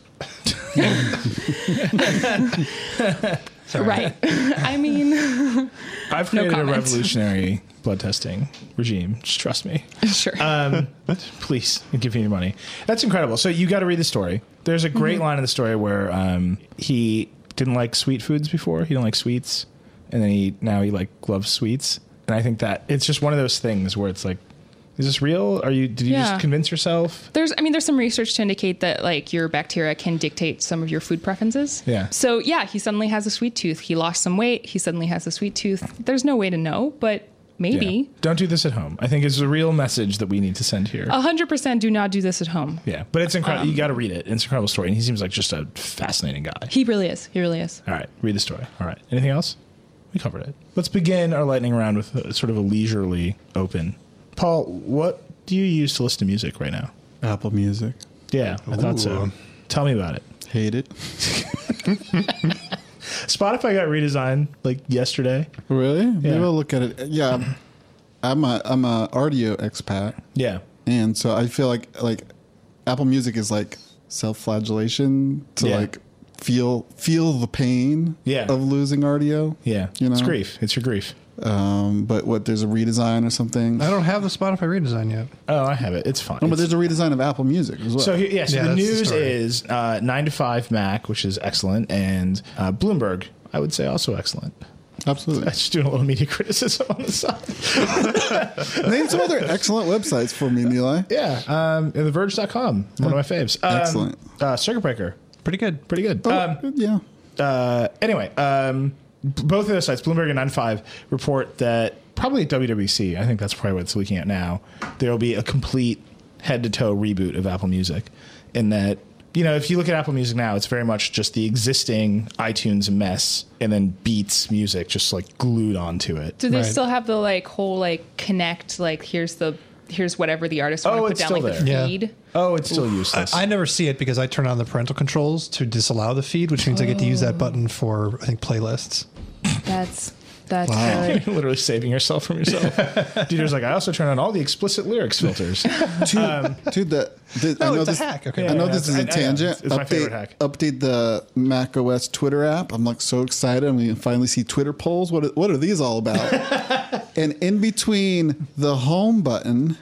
right [LAUGHS] i mean [LAUGHS] I've created a comment. revolutionary blood testing regime. Just trust me. Um, sure [LAUGHS] please give me your money. That's incredible. So you got to read the story. There's a great line in the story where um, he didn't like sweet foods before. He didn't like sweets, and then he now he like loves sweets. And I think that it's just one of those things where it's like, is this real? Are you? Did you Yeah. just convince yourself? there's i mean there's some research to indicate that like your bacteria can dictate some of your food preferences Yeah. so yeah he suddenly has a sweet tooth he lost some weight he suddenly has a sweet tooth there's no way to know but Maybe. Yeah. Don't do this at home. I think is the real message that we need to send here. a 100% do not do this at home. yeah, but it's incredible. you got to read it. It's an incredible story, and he seems like just a fascinating guy. He really is. He really is. All right, read the story. All right, anything else? We covered it. Let's begin our lightning round with a, sort of a leisurely open. Paul, what do you use to listen to music right now? Apple Music. Yeah, I thought so. Ooh. Tell me about it. Hate it. Spotify got redesigned like yesterday. Really? Maybe Yeah. I'll look at it. Yeah, I'm- I'm a I'm a audio expat, Yeah. and so I feel like like Apple Music is like self-flagellation to Yeah. like feel feel the pain Yeah. of losing audio. Yeah. You It's know? grief. It's your grief. Um, but what there's a redesign or something. I don't have the Spotify redesign yet. Oh, I have it. It's fine. No, but It's- there's a redesign of Apple Music as well. So here, yeah, so Yeah, the that's the news story. is uh, nine to five Mac, which is excellent, and uh, Bloomberg, I would say, also excellent. [LAUGHS] Absolutely. I'm just doing a little media [LAUGHS] criticism on the side. Name [LAUGHS] some other excellent websites for me, Neil. yeah, um, and TheVerge.com, one of my faves. Um, Excellent. Uh, Circuit Breaker, Pretty good. pretty good. Um, Oh, yeah. uh, anyway, um, b- both of those sites, Bloomberg and 95, report that probably at WWC, I think that's probably what it's leaking at now, there will be a complete head to toe reboot of Apple Music. In that, you know, if you look at Apple Music now, it's very much just the existing iTunes mess and then Beats music just like glued onto it. Do they Right. still have the like whole like connect like here's the here's whatever the artist want Oh, to put it's down still like there. the Yeah. feed? Oh, it's still useless. I never see it because I turn on the parental controls to disallow the feed, which means I get to use that button for I think playlists. That's that's Wow. [LAUGHS] [LAUGHS] good. You're literally saving yourself from [LAUGHS] yourself. Dieter's like, I also turn on all the explicit lyrics filters. Dude, dude the, the, I No, know it's a this, hack. Okay. I know Yeah, this yeah, is a it's- I- I know. tangent. It's- it's my favorite hack. Update the Mac OS Twitter app. I'm like so excited. I'm going to finally see Twitter polls. What are, what are these all about? and in between the home button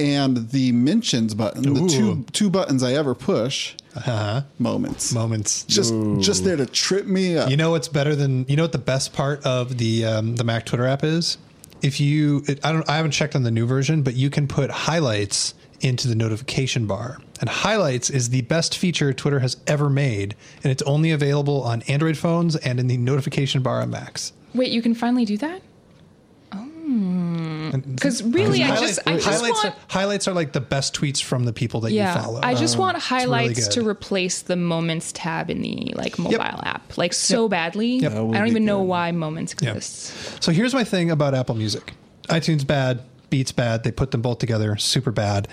and the mentions button, the two Ooh. two buttons I ever push, Uh-huh. moments. Moments. Just just there to trip me up. You know what's better than you know what the best part of the um, the Mac Twitter app is? If you it, I don't I haven't checked on the new version, but you can put highlights into the notification bar. And highlights is the best feature Twitter has ever made, and it's only available on Android phones and in the notification bar on Macs. Wait, you can finally do that? And- Because really, I Highlight- just I just highlights want are, highlights are like the best tweets from the people that you yeah, follow. I Oh, just want highlights good. to replace the Moments tab in the like mobile app like so badly. I would don't be even know good. why Moments Yeah. exists. So here's my thing about Apple Music. iTunes bad, Beats bad. They put them both together, super bad.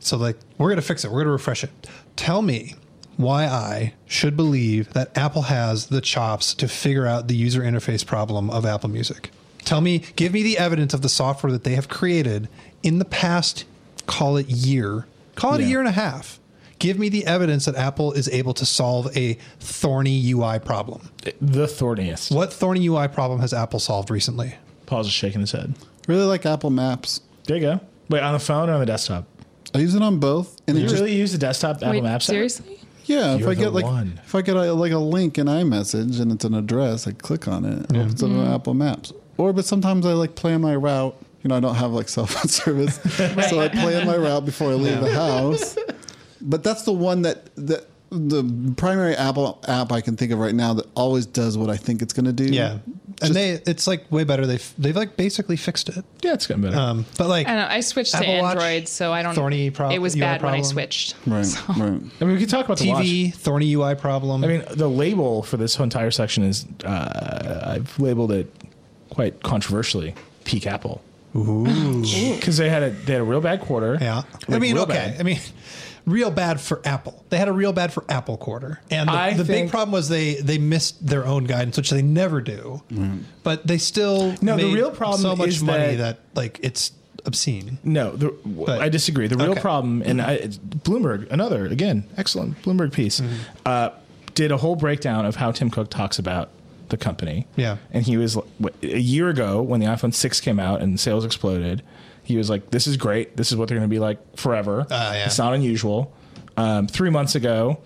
So like we're going to fix it. We're going to refresh it. Tell me why I should believe that Apple has the chops to figure out the user interface problem of Apple Music. Tell me, give me the evidence of the software that they have created in the past call it year, call it a Yeah. year and a half. Give me the evidence that Apple is able to solve a thorny UI problem. [LAUGHS] the thorniest. What thorny UI problem has Apple solved recently? Paul's just shaking his head. Really like Apple Maps. There you go. Wait, on the phone or on the desktop? I use it on both, and it You just really use the desktop Apple Wait, Maps? app? seriously? Yeah, if You're I the get like one. if I get a, like a link in iMessage and it's an address, I click on it. It opens up on Apple Maps. Or but sometimes I like plan my route. You know, I don't have like cell phone [LAUGHS] service, so I plan my route before I leave the house. But that's the one that that the primary Apple app I can think of right now that always does what I think it's going to do. Yeah, and they it's like way better. They've they've like basically fixed it. Yeah, it's gotten better. Um, but like I don't know. I switched to Apple Watch, Android, so I don't. thorny pro- It was UI bad when I problem. switched. right, right. I mean, we could talk about the watch. TV thorny UI problem. I mean, the label for this whole entire section is uh, I've labeled it quite controversially peak Apple [GASPS] because they had a they had a real bad quarter. yeah. I Like, mean, real okay. bad. I mean, [LAUGHS] real bad for Apple. They had a real bad for Apple quarter, and I the, the big think- problem was they they missed their own guidance, which they never do. But they still No, the made real problem so much is money that- that, like it's obscene. No, the, w I I disagree. The real okay. problem, and I, it's Bloomberg, another again excellent Bloomberg piece, Mm-hmm. uh, did a whole breakdown of how Tim Cook talks about the company. Yeah. and he was what, a year ago when the iPhone six came out and sales exploded. He was like, "This is great. This is what they're going to be like forever. Ah, yeah. It's not unusual." Um, three months ago,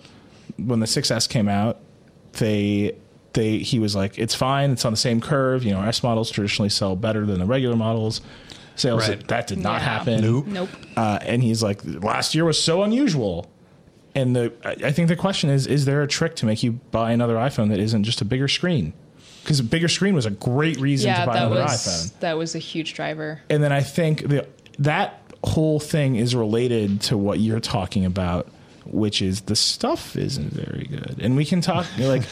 when the 6S came out, they they he was like, "It's fine. It's on the same curve. You know, our S models traditionally sell better than the regular models." Sales Right. that did not Yeah. happen. Nope. Nope. Uh, and he's like, last year was so unusual. And the I I think the question is, is there a trick to make you buy another iPhone that isn't just a bigger screen? because a bigger screen was a great reason yeah, to buy that another was iPhone. that was a huge driver. And then I think the, that whole thing is related to what you're talking about, which is the stuff isn't very good. And we can [LAUGHS] talk like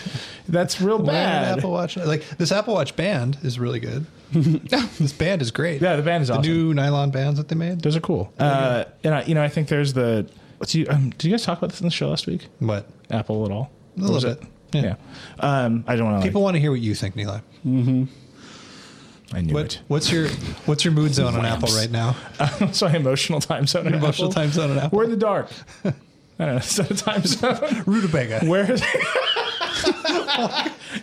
that's real Band, bad. Apple Watch. Like this Apple Watch band is really [LAUGHS] good. this band is great. Yeah, the band is the awesome. new nylon bands that they made. Those are cool. Uh, and I, you know, I think there's the. Do you, um, did you guys talk about this in the show last week? What? Apple at all? Or A was little it- bit. Yeah. Um, I don't want to. People want to hear what you think, Neil. I knew [LAUGHS] What, what's your what's your mood zone on Apple Whamps. right now? it. Sorry, emotional time zone. at [LAUGHS] Emotional Apple. time zone on Apple. We're in the dark. I don't know. Is that a [LAUGHS] time zone? Rutabaga. Where? [LAUGHS]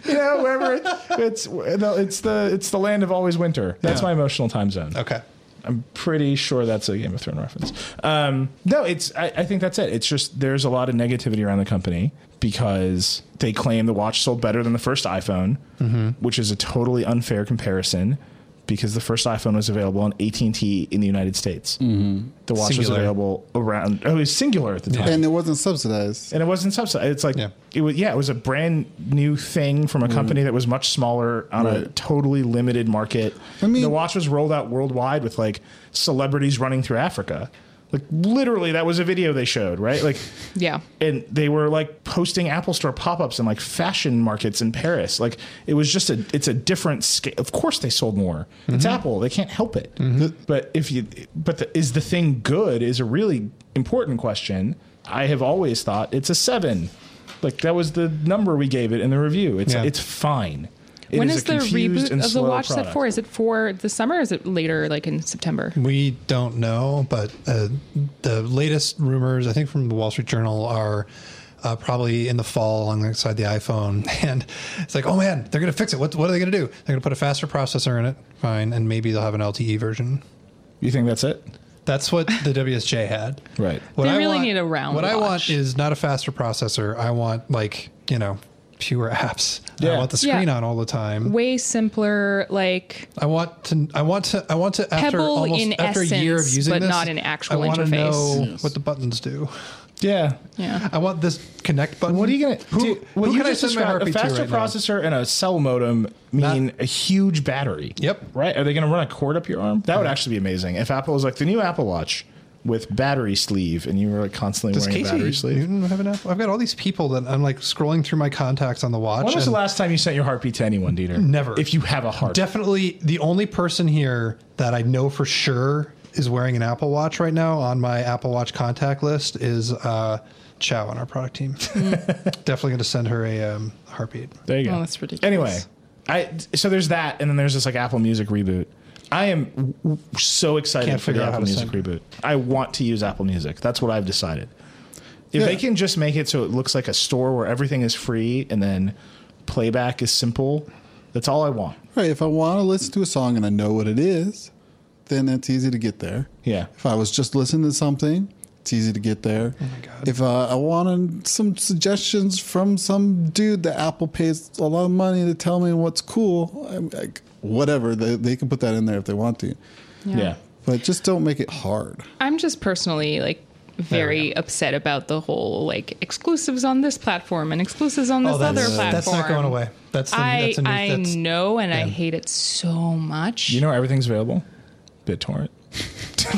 you know, wherever it- it's no, it's the it's the land of always winter. That's Yeah. my emotional time zone. Okay. I'm pretty sure that's a Game of Thrones reference. Um, no, it's I, I think that's it. It's just there's a lot of negativity around the company because they claim the watch sold better than the first iPhone, which is a totally unfair comparison because the first iPhone was available on AT&T in the United States. The watch was Singular. available around oh, it was singular at the time. And it wasn't subsidized. And it wasn't subsidized. It's like Yeah. it was yeah, it was a brand new thing from a company that was much smaller on a Mm-hmm. Right. totally limited market. I mean- the watch was rolled out worldwide with like celebrities running through Africa. Like literally that was a video they showed, right? Like Yeah. and they were like posting Apple Store pop-ups in like fashion markets in Paris. Like it was just a it's a different scale. Of course they sold more. It's Apple. They can't help it. But if you but the, is the thing good is a really important question. I have always thought it's a 7. Like that was the number we gave it in the review. It's Yeah. it's fine. It when a is, the confused reboot and of the slow watch set product. for? Is it for the summer? Or is it later, like in September? We don't know, but uh, the latest rumors, I think, from the Wall Street Journal are. Uh, probably in the fall alongside the iPhone. [LAUGHS] And it's like, oh man, they're going to fix it. What, what are they going to do? They're going to put a faster processor in it. Fine. And maybe they'll have an LTE version. You think that's it? That's what the WSJ had. Right. What They really need a round What I want watch. is not a faster processor. I want like you know fewer [LAUGHS] apps. Yeah. I want the screen Yeah. on all the time. Way simpler, like I want to. I want to. I want to. After Pebble almost in after a year of essence, using but this, not in actual I want to interface. know what the buttons do. Yeah. yeah. I want this connect button. What are you gonna Who, do? who What you can I just send my described, heartbeat A faster to right now? processor and a cell modem mean Not- a huge battery. Yep. Right? Are they going to run a cord up your arm? That would actually be amazing. If Apple was like the new Apple Watch with battery sleeve, and you were like constantly Does wearing a battery Casey sleeve. Newton have an app? I've got all these people that I'm like scrolling through my contacts on the watch. When was the and- last time you sent your heartbeat to anyone, Dieter? Never. If you have a heart, Definitely the only person here that I know for sure is wearing an Apple Watch right now on my Apple Watch contact list is uh, Chow on our product team. [LAUGHS] Definitely going to send her a um, heartbeat. there you go. Oh, Mm. that's ridiculous. Anyway, I so there's that, and then there's this like Apple Music reboot. I am w- w- so excited Can't for the figure out Apple how to Music send reboot. I want to use Apple Music. That's what I've decided. If they can just make it so it looks like a store where everything is free and then playback is simple, that's all I want. Right. If I want to listen to a song and I know what it is, then it's easy to get there. Yeah. If I was just listening to something, it's easy to get there. Oh my God. If uh, I wanted some suggestions from some dude that Apple pays a lot of money to tell me what's cool, I'm like, whatever, they, they can put that in there if they want to. Yeah. But just don't make it hard. I'm just personally like we very upset about the whole like exclusives on this platform and exclusives on this other Oh, that's, uh, platform. that's not going away. That's the, I that's a new, I that's, know, and I yeah. hate it so much. You know where everything's available? BitTorrent. [LAUGHS] we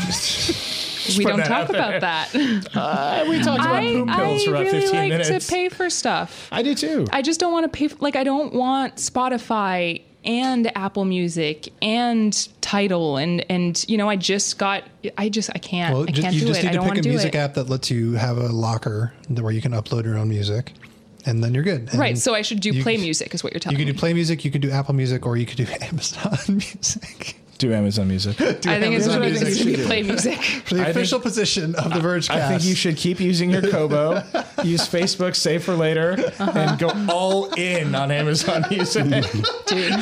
putting don't that talk out there. about that. we talked about I, poop I pills for about really 15 like minutes. to pay for stuff. I do too. I just don't want to pay. For, like I don't want Spotify and Apple Music and Title and and you know I just got I just I can't well, I ju- can't you do just it. need I to don't pick want a to do music it. app that lets you have a locker where you can upload your own music, and then you're good. And Right, so I should do you- play music is what you're you telling could me. do play music, you could do Apple Music, or you could do [LAUGHS] Amazon Music. do Amazon [LAUGHS] Music. I think it's Amazon what I think Music it should be play music. For the I think- official position of the Verge I cast. think you should keep using your Kobo, use Facebook Save for Later, and go all in on Amazon [LAUGHS] Music. Dude.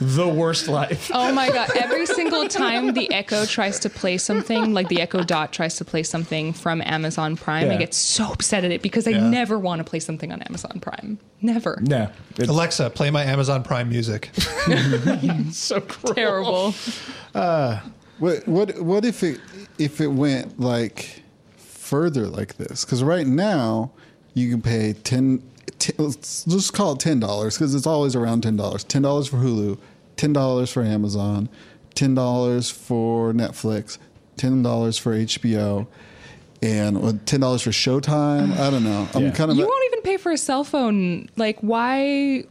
the worst life. [LAUGHS] Oh my god! Every single time the Echo tries to play something, like the Echo Dot tries to play something from Amazon Prime, Yeah. I get so upset at it because I never want to play something on Amazon Prime. Never. No, it's Alexa, play my Amazon Prime music. so cruel. Terrible. What what what if it if it went like further like this? Because right now you can pay 10, t- let's just call it ten dollars because it's always around ten dollars. Ten dollars for Hulu, ten dollars for Amazon, ten dollars for Netflix, ten dollars for HBO, and uh, ten dollars for Showtime. I don't know. I'm Yeah. kind [LAUGHS] of You a- won't even pay for a cell phone. Like, why?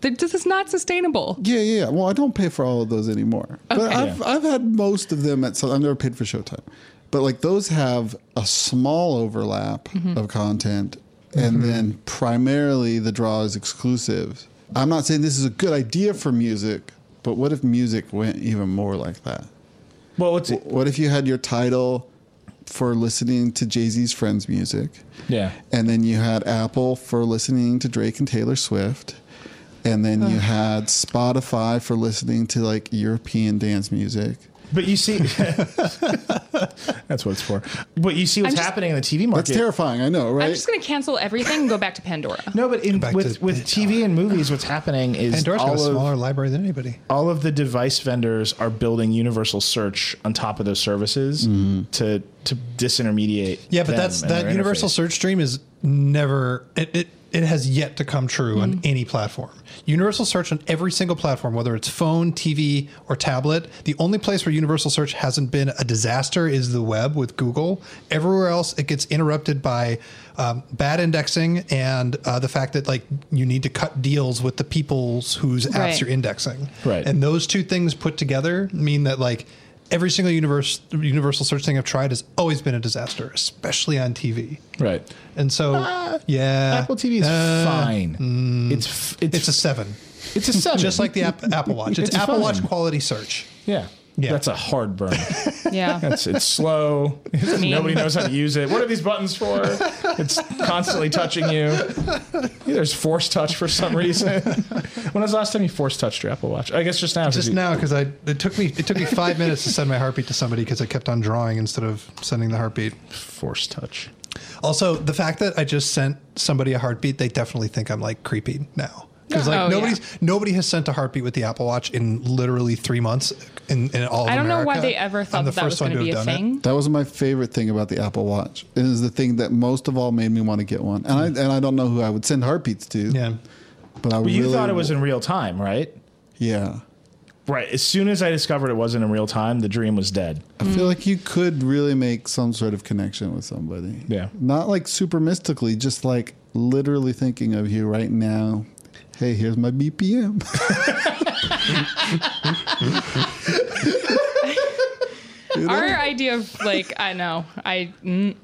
th- This is not sustainable. yeah, yeah. yeah. Well, I don't pay for all of those anymore, but I've I've had most of them at some. I've never paid for Showtime, but like those have a small overlap of content, and then primarily the draw is exclusive. I'm not saying this is a good idea for music, but what if music went even more like that? Well, what's it? What if you had your title for listening to Jay Z's Friends music? Yeah. And then you had Apple for listening to Drake and Taylor Swift. And then you had Spotify for listening to like European dance music. But you see, that's what it's for. But you see what's I'm just- happening in the TV market. That's terrifying, I know, right? I'm just going to cancel everything and go back to Pandora. [LAUGHS] No, but in, Back with to with TV and movies, what's happening is Pandora's got a all of smaller library than anybody. all of the device vendors are building universal search on top of those services to to disintermediate. Yeah, but them that's and that their universal interface. search stream is never it, it it has yet to come true Mm-hmm. on any platform. Universal search on every single platform, whether it's phone, TV, or tablet. The only place where universal search hasn't been a disaster is the web with Google. Everywhere else, it gets interrupted by um, bad indexing and uh, the fact that like you need to cut deals with the people's whose apps Right. you're indexing. Right. And those two things put together mean that like every single universe universal search thing I've tried has always been a disaster, especially on TV. right. And so Ah, yeah, Apple TV is Uh, fine. it's f- mm, it's It's a seven, it's a [LAUGHS] seven. just like the app, Apple Watch. It's, It's Apple fine. Watch quality search. yeah. Yeah. That's a hard burn. Yeah. It's, [LAUGHS] it's slow. mean. Nobody knows how to use it. What are these buttons for? It's constantly touching [LAUGHS] you. Yeah, there's force touch for some reason. [LAUGHS] when was the last time you force touched your Apple Watch? I guess just now. 'cause Just you- now, because I it took me it took me five minutes to send my heartbeat to somebody because I kept on drawing instead of sending the heartbeat. Force touch. Also, the fact that I just sent somebody a heartbeat, they definitely think I'm like creepy now. Because like Oh, yeah. nobody's nobody has sent a heartbeat with the Apple Watch in literally three months in, in all. Of I don't know why America. they ever thought I'm the that, that was first one going to be a have done it. thing. that was my favorite thing about the Apple Watch. It is the thing that most of all made me want to get one. And I and I don't know who I would send heartbeats to. Yeah, But I But you really thought it was in real time, right? Yeah. Right. As soon as I discovered it wasn't in real time, the dream was dead. I feel like you could really make some sort of connection with somebody. Yeah. Not like super mystically, just like literally thinking of you right now. Hey, here's my [LAUGHS] BPM. Our idea of like, I know, I [LAUGHS] mm, I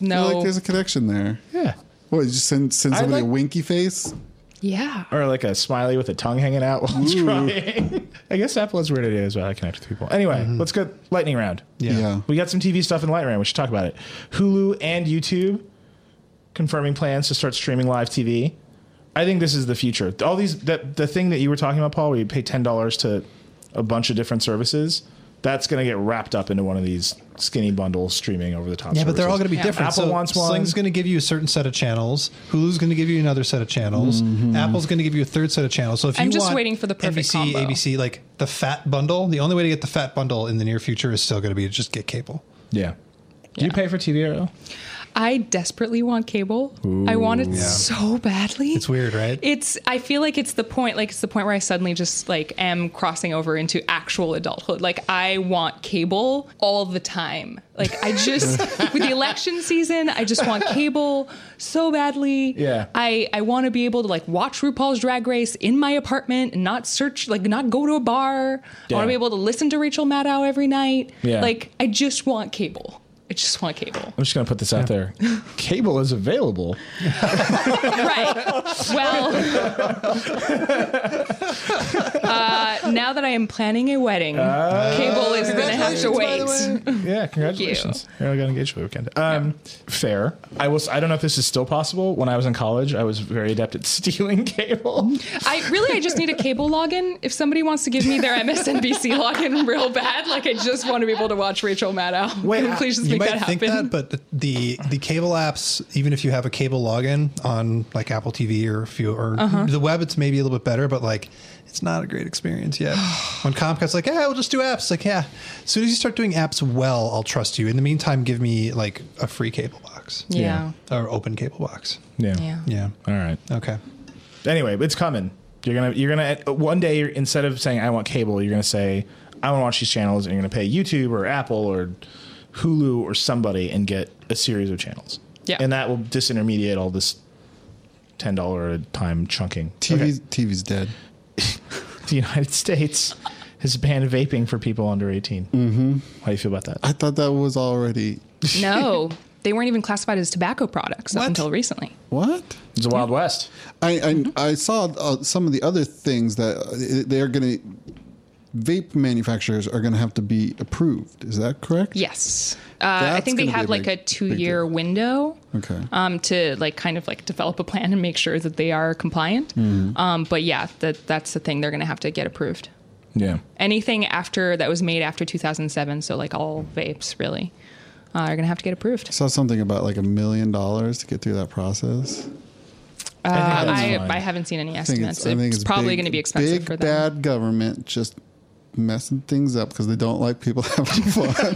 no, feel like there's a connection there. Yeah. What, you just send, send I somebody a like- winky face? yeah. Or like a smiley with a tongue hanging out while trying. [LAUGHS] I guess Apple is weird it is, but I connect with people. Anyway, let's go lightning round. Mm-hmm. Yeah. We got some TV stuff in lightning round. We should talk about it. Hulu and YouTube confirming plans to start streaming live TV. I think this is the future. All these that the thing that you were talking about, Paul, where you pay ten dollars to a bunch of different services. That's going to get wrapped up into one of these skinny bundles streaming over the top. Yeah, but they're all going to be Yeah. different. Apple so wants one. Sling's going to give you a certain set of channels. Hulu's going to give you another set of channels. Apple's going to give you a third set of channels. So if I'm you just want waiting for the perfect NBC, combo. ABC, like the fat bundle, the only way to get the fat bundle in the near future is still going to be to just get cable. Yeah. Do you pay for TV Ariel? I desperately want cable. I want it so badly. It's weird, right? It's. I feel like it's the point. Like it's the point where I suddenly just like am crossing over into actual adulthood. Like I want cable all the time. Like I just with the election season, I just want cable so badly. Yeah. I I want to be able to like watch RuPaul's Drag Race in my apartment and not search like not go to a bar. I want Yeah. to be able to listen to Rachel Maddow every night. Yeah. Like I just want cable. I just want cable. I'm just going to put this out there. [LAUGHS] Cable is available. right. Well, uh, now that I am planning a wedding, cable is going to have to wait. Yeah, congratulations. Ariel got engaged for the weekend. Um, Fair. I will. s- I don't know if this is still possible. When I was in college, I was very adept at [LAUGHS] stealing cable. I really, I just need a cable login. If somebody wants to give me their MSNBC login real bad, like I just want to be able to watch Rachel Maddow. Wait, Can we please just you make might that happen. think that, but the the cable apps, even if you have a cable login on Uh-huh. [SIGHS] like Apple TV or a few or the web, it's maybe a little bit better, but like it's not a great experience yet. when Comcast's like, yeah, we'll just do apps. Like, yeah, as soon as you start doing apps well, I'll trust you. In the meantime, give me like a free cable box Yeah. or open cable box. Yeah. Yeah. Yeah. All right. Okay. Anyway, it's coming. You're gonna you're gonna uh, one day you're, instead of saying I want cable, you're gonna say I want to watch these channels, and you're gonna pay YouTube or Apple or Hulu or somebody and get a series of channels. Yeah. and that will disintermediate all this ten dollar at a time chunking. TV's, Okay. TV's dead. [LAUGHS] The United States has banned vaping for people under 18 Mm-hmm. How do you feel about that? I thought that was already. No, they weren't even classified as tobacco products up What? until recently. What? It's the Wild West. Mm-hmm. I I, I saw uh, some of the other things that uh, they are going to vape manufacturers are going to have to be approved. Is that correct? Yes. Uh, I That's think they gonna be had a like big- a big two year window Okay. um, to like kind of like develop a plan and make sure that they are compliant. Mm-hmm. Um, but yeah, that that's the thing they're going to have to get approved. Yeah. Anything after that was made after 2007, so like all vapes really, uh, are going to have to get approved. saw something about like a million dollars to get through that process. I think Uh, that's I, fine. I haven't seen any I think estimates. I It's, think probably big- going to be expensive big for them. bad government just messing things up because they don't like people [LAUGHS] having fun.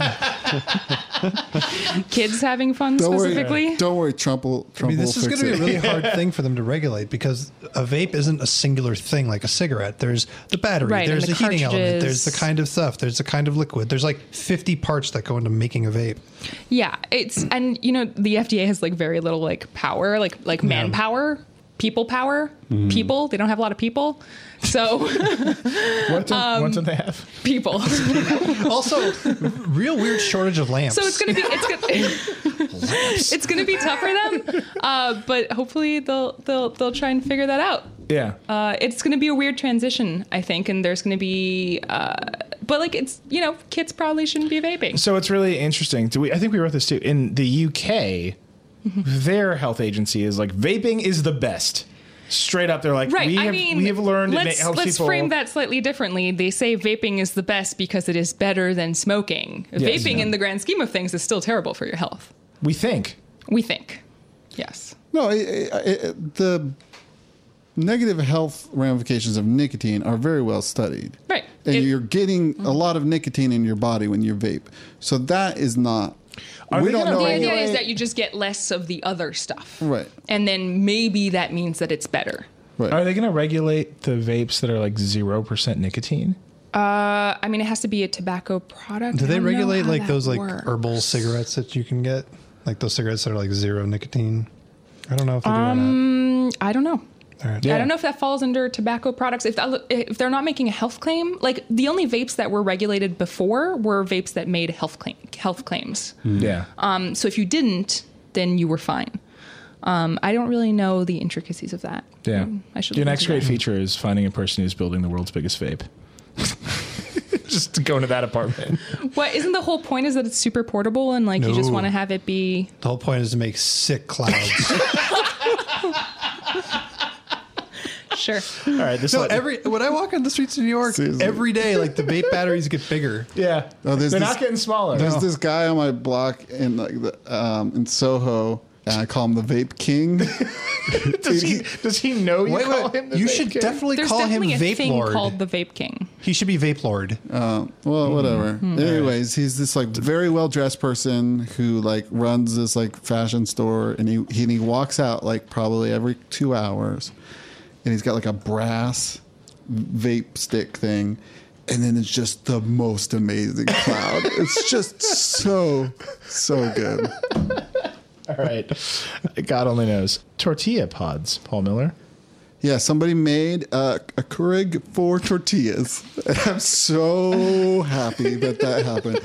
Kids having fun don't specifically. worry, don't worry, Trump will I Trump mean, will this is fix going to be it. a really hard thing for them to regulate because a vape isn't a singular thing like a cigarette. There's the battery, Right, and there's the the, heating element, cartridges. there's the kind of stuff, there's the kind of liquid. There's like 50 parts that go into making a vape. Yeah, it's and you know the FDA has like very little like power, like like manpower, people power, people. They don't have a lot of people, so [LAUGHS] What do, what um, do they have? people. so Also, [LAUGHS] real weird shortage of lamps. it's gonna be it's gonna it's gonna be tough for them, uh, but hopefully they'll they'll they'll try and figure that out. Yeah. Uh, it's gonna be a weird transition, I think, and there's gonna be. Uh, but like it's you know kids probably shouldn't be vaping. So it's really interesting. Do we? I think we wrote this too. In the UK, Mm-hmm. their health agency is like vaping is the best. Straight up, they're like, Right. We I have, mean, we have learned it Let's, ma- helps let's people. frame that slightly differently. They say vaping is the best because it is better than smoking. Yes. vaping, Yeah. in the grand scheme of things, is still terrible for your health. We think. We think. Yes. No, it, it, it, the negative health ramifications of nicotine are very well studied. Right. And It- Mm-hmm. you're getting a lot of nicotine in your body when you vape. So that is not. Are we they don't gonna know. The Right. idea is anyway. that you just get less of the other stuff. Right. And then maybe that means that it's better. Right. Are they going to regulate the vapes that are like zero percent nicotine? Uh, I mean, it has to be a tobacco product. Do I they don't know regulate how like that those like works. herbal cigarettes that you can get? Like those cigarettes that are like zero nicotine? I don't know if they do Um, or Mm, I don't know. not. All right. Yeah. I don't know if that falls under tobacco products. If that, if they're not making a health claim, like the only vapes that were regulated before were vapes that made health claim health claims. Hmm. Yeah. Um, so if you didn't, then you were fine. Um, I don't really know the intricacies of that. yeah. Mm, I should Your look next into great that. feature is finding a person who's building the world's biggest vape. [LAUGHS] Just to go into that apartment. What isn't the whole point is that it's super portable and like you just No. want to have it be The whole point is to make sick clouds. sure. [LAUGHS] All right. This no, let- every when I walk on the streets of New York, Seriously. every day like the vape batteries get bigger. yeah. Oh, they're there's this- not getting smaller. There's No. this guy on my block in like the, um, in Soho, and I call him the Vape King. [LAUGHS] does, [LAUGHS] he, does he know you Wait, call wait, him? the you vape should king? definitely There's call him definitely a Vape thing Lord. called the Vape King. he should be Vape Lord. Um, well, whatever. Anyways, he's this like very well dressed person who like runs this like fashion store, and he he, and he walks out like probably every two hours, and he's got like a brass vape stick thing. And then it's just the most amazing cloud. it's just so, so good. All right. [LAUGHS] God only knows. Tortilla pods, Paul Miller. Yeah, somebody made uh, a Keurig for tortillas. And I'm so happy that that happened.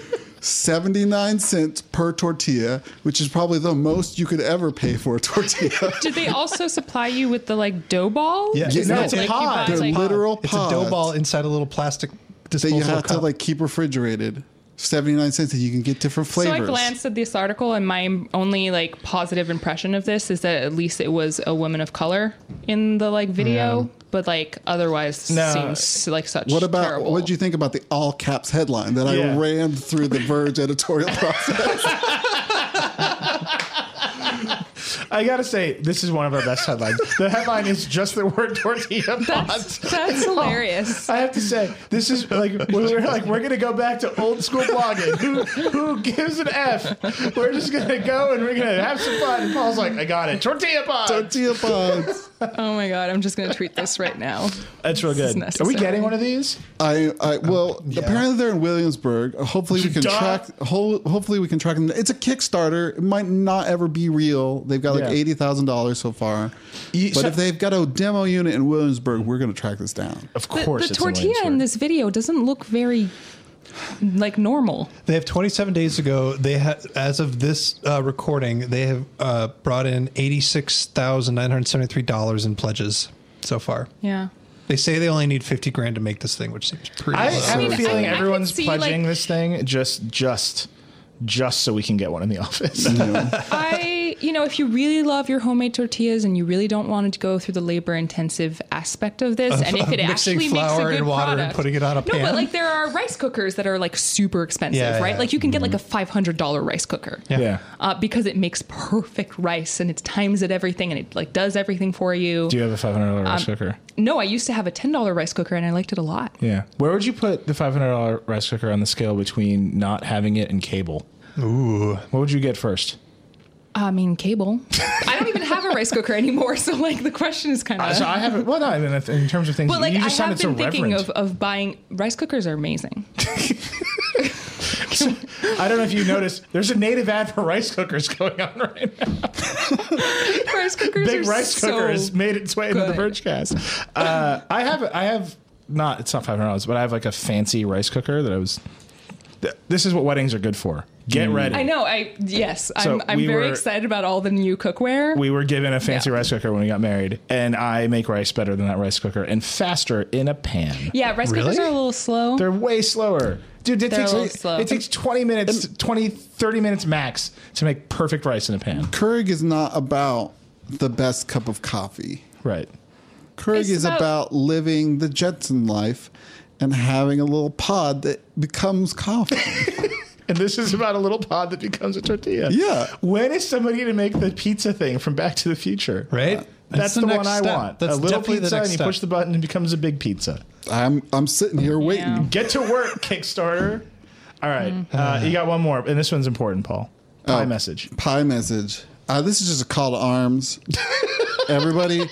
79 cents per tortilla, which is probably the most you could ever pay for a tortilla. Did they also supply you with the like dough ball? Yeah. Is No, that, it's a like, you pod. buy, They're like- literal It's a dough pods ball inside a little plastic that disposable you have cup. to like keep refrigerated. 79 cents that you can get different flavors. So I glanced at this article, and my only like positive impression of this is that at least it was a woman of color in the like video, but like otherwise No. seems like such. what about terrible. what did you think about the all caps headline that Yeah. I ran [LAUGHS] through the Verge editorial process? I gotta say, this is one of our best headlines. The headline is just the word tortilla [LAUGHS] That's, font. [LAUGHS] that's hilarious. I have to say, this is like we we're like we're gonna go back to old school blogging. Who who gives an f? We're just gonna go and we're gonna have some fun. And Paul's like, I got it, tortilla pod. Tortilla pods. Oh my god, I'm just gonna tweet this right now. That's real This good. is Are we necessary. getting one of these? I, I well, apparently they're in Williamsburg. Hopefully we can Um, Duh. track. Ho- hopefully we can track them. It's a Kickstarter. It might not ever be real. They've got like Yeah. eighty thousand dollars so far. You- but so- if they've got a demo unit in Williamsburg, we're going to track this down. Of The, course, the it's tortilla in Williamsburg. this video doesn't look very like normal. They have 27 days to go. They ha- as of this uh, recording, they have uh, brought in $86,973 in pledges so far. Yeah. They say they only need 50 grand to make this thing, which seems pretty I low. have mean, a [LAUGHS] I- feeling I could everyone's see, like- pledging this thing just just just so we can get one in the office. I, you know, if you really love your homemade tortillas and you really don't want to go through the labor intensive aspect of this, and if of it mixing actually flour makes a good and water and product, putting it on a No, pan. but like there are rice cookers that are like super expensive, Yeah, right? yeah. Mm-hmm. Like you can get like a five hundred dollar rice cooker. [LAUGHS] yeah. Uh, because it makes perfect rice and it times it everything and it like does everything for you. Do you have a five hundred dollar Um, rice cooker? No, I used to have a ten dollar rice cooker and I liked it a lot. Yeah. Where would you put the five hundred dollar rice cooker on the scale between not having it and cable? Ooh. What would you get first? I mean, cable. [LAUGHS] I don't even have a rice cooker anymore, so like the question is kind Uh, of. so I haven't. Well, no, I mean, in terms of things, but like you I just sounded have so been thinking reverent. of, of buying rice cookers are amazing. I don't know if you noticed. There's a native ad for rice cookers going on right now. rice cookers Big are rice so- cooker has made its way into the good. Vergecast. Uh, I have. I have not. It's not five hundred dollars, but I have like a fancy rice cooker that I was. th- This is what weddings are good for. Get ready. I know. I yes, So I'm. I'm we very were- excited about all the new cookware. we were given a fancy Yeah. rice cooker when we got married, and I make rice better than that rice cooker and faster in a pan. yeah, rice cookers Really? are a little slow. They're way slower. Dude, it They're a takes, little it, slow. takes 20 minutes, 20, 30 minutes max to make perfect rice in a pan. Keurig is not about the best cup of coffee. Right. Keurig It's is about- about, living the Jetson life and having a little pod that becomes coffee. And this is about a little pod that becomes a tortilla. Yeah. When is somebody going to make the pizza thing from Back to the Future? Right? That's, the, one next I step. want. That's a little definitely pizza, the next and you step. push the button and it becomes a big pizza. I'm I'm sitting here waiting. Yeah. Get to work, Kickstarter. All right. Mm-hmm. Uh, you got one more, and this one's important, Paul. Pie Oh. message. Pie message. Uh, this is just a call to arms. Everybody,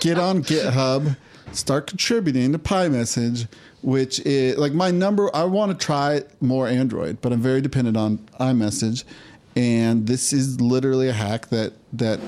get on GitHub, start contributing to Pie message, which is like my number. I want to try more Android, but I'm very dependent on iMessage, and this is literally a hack that that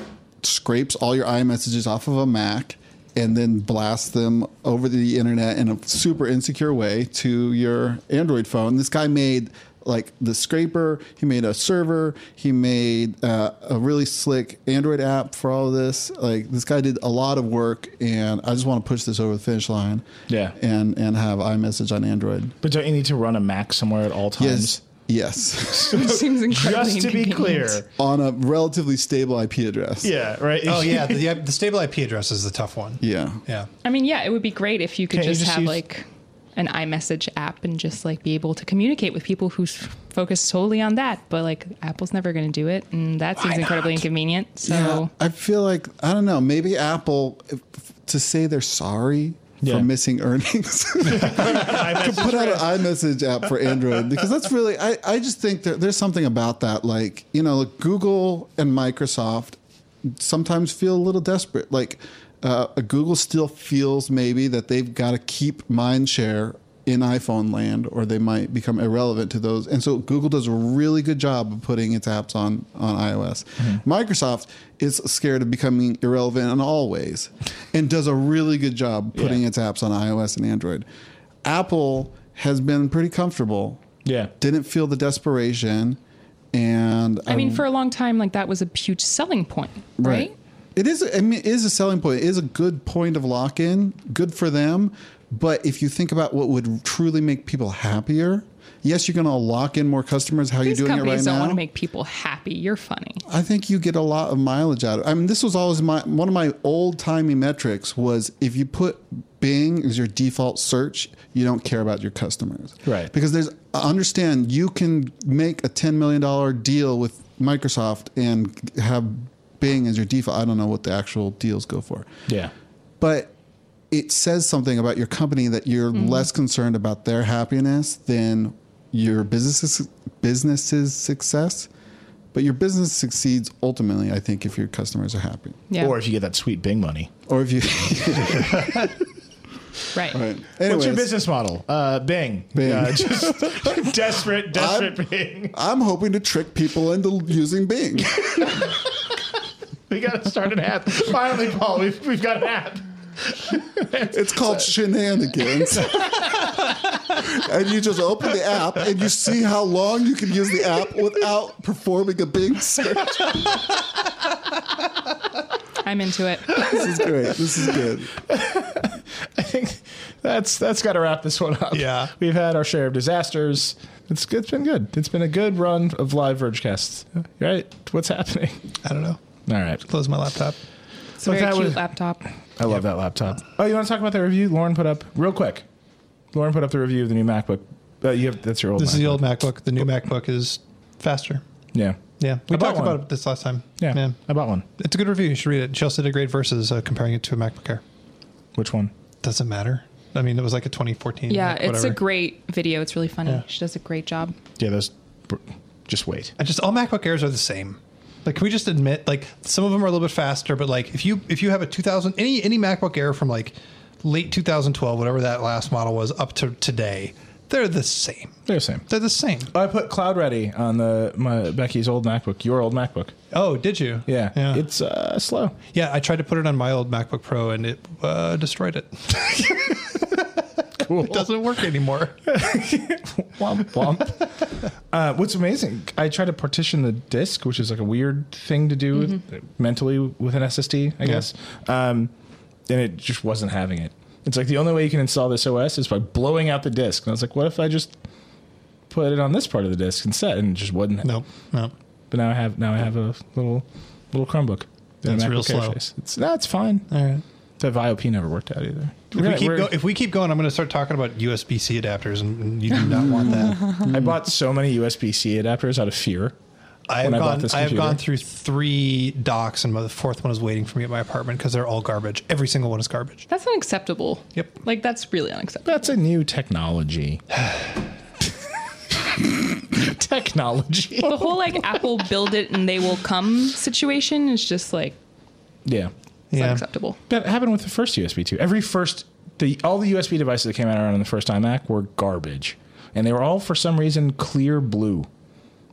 scrapes all your iMessages off of a Mac and then blasts them over the internet in a super insecure way to your Android phone. This guy made like the scraper, he made a server, he made uh, a really slick Android app for all of this. Like this guy did a lot of work, and I just want to push this over the finish line. Yeah. and and have iMessage on Android. But don't you need to run a Mac somewhere at all times? Yes, [LAUGHS] yes, [LAUGHS] It seems incredibly Just to be inconvenient. clear. on a relatively stable IP address. Yeah, right. [LAUGHS] Oh, yeah. The, yeah, the stable IP address is the tough one. yeah. Yeah. I mean, yeah, it would be great if you could Can't you just, just have use- like an iMessage app and just like be able to communicate with people who s- focus solely on that. But like Apple's never going to do it, and that seems incredibly inconvenient. So Yeah, I feel like I don't know. Maybe Apple if, to say they're sorry Yeah. for missing [LAUGHS] earnings. put out an iMessage app for Android because that's really I, I just think there, there's something about that like you know like Google and Microsoft sometimes feel a little desperate like uh, Google still feels maybe that they've got to keep mind share in iPhone land or they might become irrelevant to those and so Google does a really good job of putting its apps on on iOS Microsoft is scared of becoming irrelevant in all ways and does a really good job putting Yeah. its apps on iOS and Android Apple has been pretty comfortable. Yeah. Didn't feel the desperation. And um, I mean, Um, for a long time, like that was a huge selling point, right? It is I mean it is a selling point. It is a good point of lock in. Good for them. But if you think about what would truly make people happier, yes, you're gonna lock in more customers. How These you're doing it right companies don't now. want to make people happy. You're funny. I think you get a lot of mileage out of it. I mean, this was always my one of my old timey metrics was if you put Bing as your default search, you don't care about your customers. Right. Because there's understand you can make a ten million dollar deal with Microsoft and have Bing as your default. I don't know what the actual deals go for. Yeah. but it says something about your company that you're Mm-hmm. less concerned about their happiness than your business's business's success. But your business succeeds ultimately, I think, if your customers are happy, Yeah. Or if you get that sweet Bing money. or if you. right. [LAUGHS] Right. What's your Anyways, business model? Uh, Bing. Bing. Uh, just [LAUGHS] desperate, desperate Bing. I'm hoping to trick people into using Bing. We got to start an app. Finally, Paul, we've, we've got an app. [LAUGHS] It's called shenanigans. and you just open the app and you see how long you can use the app without performing a Bing search. I'm into [LAUGHS] it. This is great. This is good. I think that's that's got to wrap this one up. Yeah. We've had our share of disasters. It's, it's been good. It's been a good run of live Vergecasts. Right? What's happening? I don't know. All right. Close my laptop. It's a But very that cute was- laptop. I love that laptop. Oh, you want to talk about the review Lauren put up real quick? Lauren put up the review of the new MacBook. Uh, you have that's your old. This is the MacBook. old MacBook. The new MacBook is faster. Yeah. Yeah, we I bought talked one. about it this last time. Yeah. I bought one. it's a good review. You should read it. Chelsea did a great versus uh, comparing it to a MacBook Air. Which one? Doesn't matter. I mean, it was like a 2014. Yeah, like, it's whatever. a great video. It's really funny. Yeah. She does a great job. Yeah, those. Just wait. I just all MacBook Airs are the same. Like, can we just admit, like, some of them are a little bit faster, but like, if you if you have a 2000 any any MacBook Air from like late 2012, whatever that last model was, up to today, they're the same. They're the same. They're the same. I put Cloud Ready on the my Becky's old MacBook. Your old MacBook. Oh, did you? Yeah. yeah. It's uh, slow. yeah, I tried to put it on my old MacBook Pro, and it uh, destroyed it. [LAUGHS] Cool. It doesn't work anymore. Womp womp. [LAUGHS] uh, what's amazing, I tried to partition the disk, which is like a weird thing to do with, mentally with an SSD, I guess. Um, and it just wasn't having it. It's like the only way you can install this OS is by blowing out the disk. And I was like, what if I just put it on this part of the disk instead? And it just wouldn't. No, no. But now I have now I have a little little Chromebook. and a That's real MacBook Air slow. Face. It's no, it's fine. All right. That VIOP never worked out either. If we, keep go- if we keep going, I'm going to start talking about USB C adapters, and, and you do not [LAUGHS] want that. I bought so many USB C adapters out of fear. I have When I bought gone. this I have computer. gone through three docs, and the fourth one is waiting for me at my apartment because they're all garbage. Every single one is garbage. That's unacceptable. Yep. Like that's really unacceptable. That's a new [SIGHS] technology. technology. The whole [LAUGHS] like Apple build it and they will come situation is just like Yeah. it's Yeah. unacceptable. That happened with the first USB too. Every first the all the USB devices that came out around the first iMac were garbage. And they were all for some reason clear blue.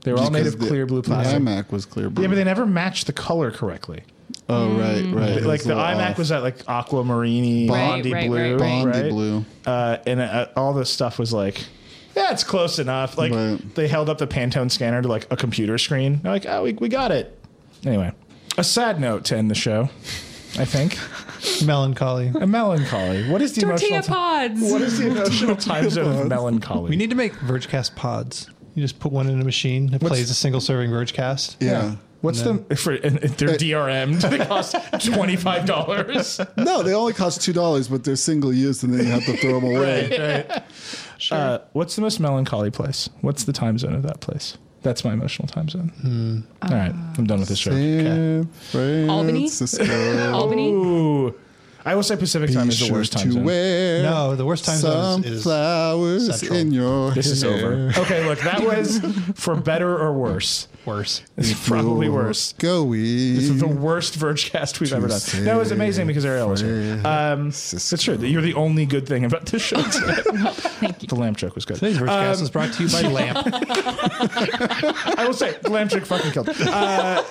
They were all made Because of the- clear blue the plastic. iMac was clear blue. Yeah, but they never matched the color correctly. oh, right, right. It Mm. like was a the little iMac off. was that like aquamarine, Right, bondy right, blue, right, right. Bondy blue. uh, and uh, all this stuff was like, yeah, it's close enough. Like Right. they held up the Pantone scanner to like a computer screen. They're like, oh, we, we got it. Anyway, a sad note to end the show. I think [LAUGHS] Melancholy. a melancholy. What is the Tortilla emotional? ti- pods. what is the [LAUGHS] emotional time zone of melancholy? We need to make Vergecast pods. You just put one in a machine. It What's- plays a single serving Vergecast. Yeah. What's the for and if they're DRM'd? They cost twenty five [LAUGHS] dollars. No, they only cost two dollars, but they're single use, and then you have to [LAUGHS] throw them away. [LAUGHS] Uh, what's the most melancholy place? What's the time zone of that place? That's my emotional time zone. Hmm. All right, I'm done with this Uh, show. San Albany? Francisco. Albany. Ooh, I will say Pacific [LAUGHS] time Be is the sure worst time to zone. wear No, the worst time some zone is, is flowers central. in your. This is hair. over. Okay, look, that was for better or [LAUGHS] worse. worse. It's probably worse. Going. This is the worst Vergecast we've ever done. That was amazing because Ariel was here. Um, it's true. that You're the only good thing about this [LAUGHS] show. Today. Thank you. The lamp joke was good. Today's Vergecast is brought to you [LAUGHS] by Lamp. I will say, glam chick fucking killed. [LAUGHS] Uh,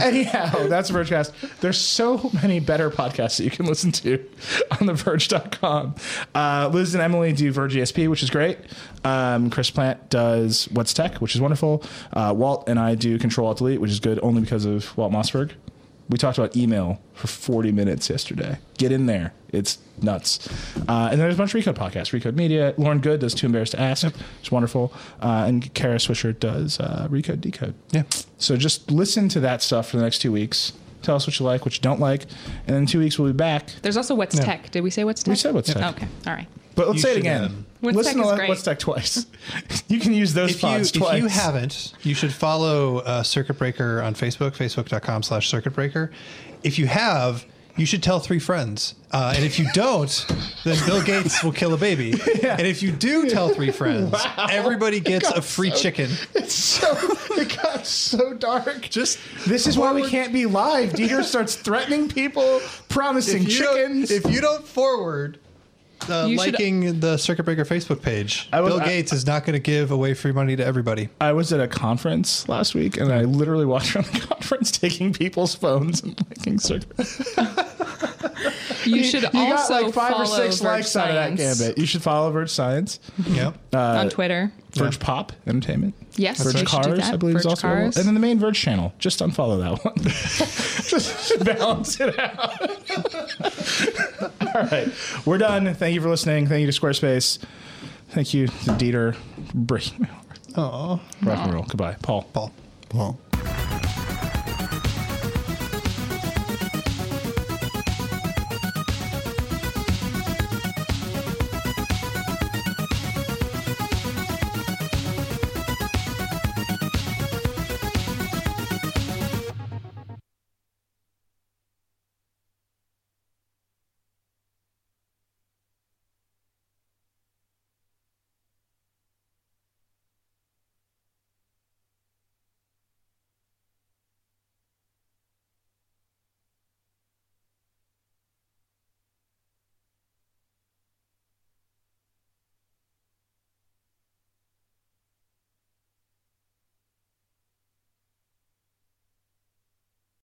anyhow, Oh, that's Vergecast. There's so many better podcasts that you can listen to on theverge.com. Uh, Liz and Emily do Verge ESP, which is great. Um, Chris Plant does What's Tech, which is wonderful. Uh, Walt and I do Control Alt Delete, which is good only because of Walt Mossberg. We talked about email for 40 minutes yesterday. Get in there. It's nuts. Uh, and there's a bunch of Recode podcasts. Recode Media. Lauren Good does Too Embarrassed to Ask. It's wonderful. Uh, and Kara Swisher does uh, Recode Decode. Yeah. So just listen to that stuff for the next two weeks. Tell us what you like, what you don't like. And in two weeks, we'll be back. There's also What's Tech. Did we say What's Tech? We said What's Tech. Okay. All right. But let's You say it should, again. um, What's Listen Tech to is Le- great. What's Tech twice. [LAUGHS] you can use those if you, pods if twice. you haven't, you should follow uh, Circuit Breaker on Facebook, facebook.com slash Circuit Breaker. If you have, you should tell three friends. Uh, and if you don't, then Bill Gates will kill a baby. [LAUGHS] And if you do tell three friends, everybody gets a free [LAUGHS] chicken. It's so it got so dark. Just This is why we forward- can't be live. Dieter starts threatening people, promising If you, don't, chickens. if you don't forward uh, You should- liking the Circuit Breaker Facebook page, I was- Bill I- Gates is not going to give away free money to [LAUGHS] everybody. I was at a conference last week, and I literally walked around the [LAUGHS] conference taking people's phones and [LAUGHS] liking circles. You should You also got like five follow or six Verge likes out of that Science gambit. You should follow Verge Science, Yep. on Twitter. Verge Pop Entertainment. Yes, Verge you should do Cars, that. I believe, is Verge also Cars. and then the main Verge channel. Just unfollow that [LAUGHS] one. Just balance it out. [LAUGHS] All right, we're done. Thank you for listening. Thank you to Squarespace. Thank you to Dieter. Breaking my heart. Oh, Rock and roll. Goodbye, Paul. Paul. Well.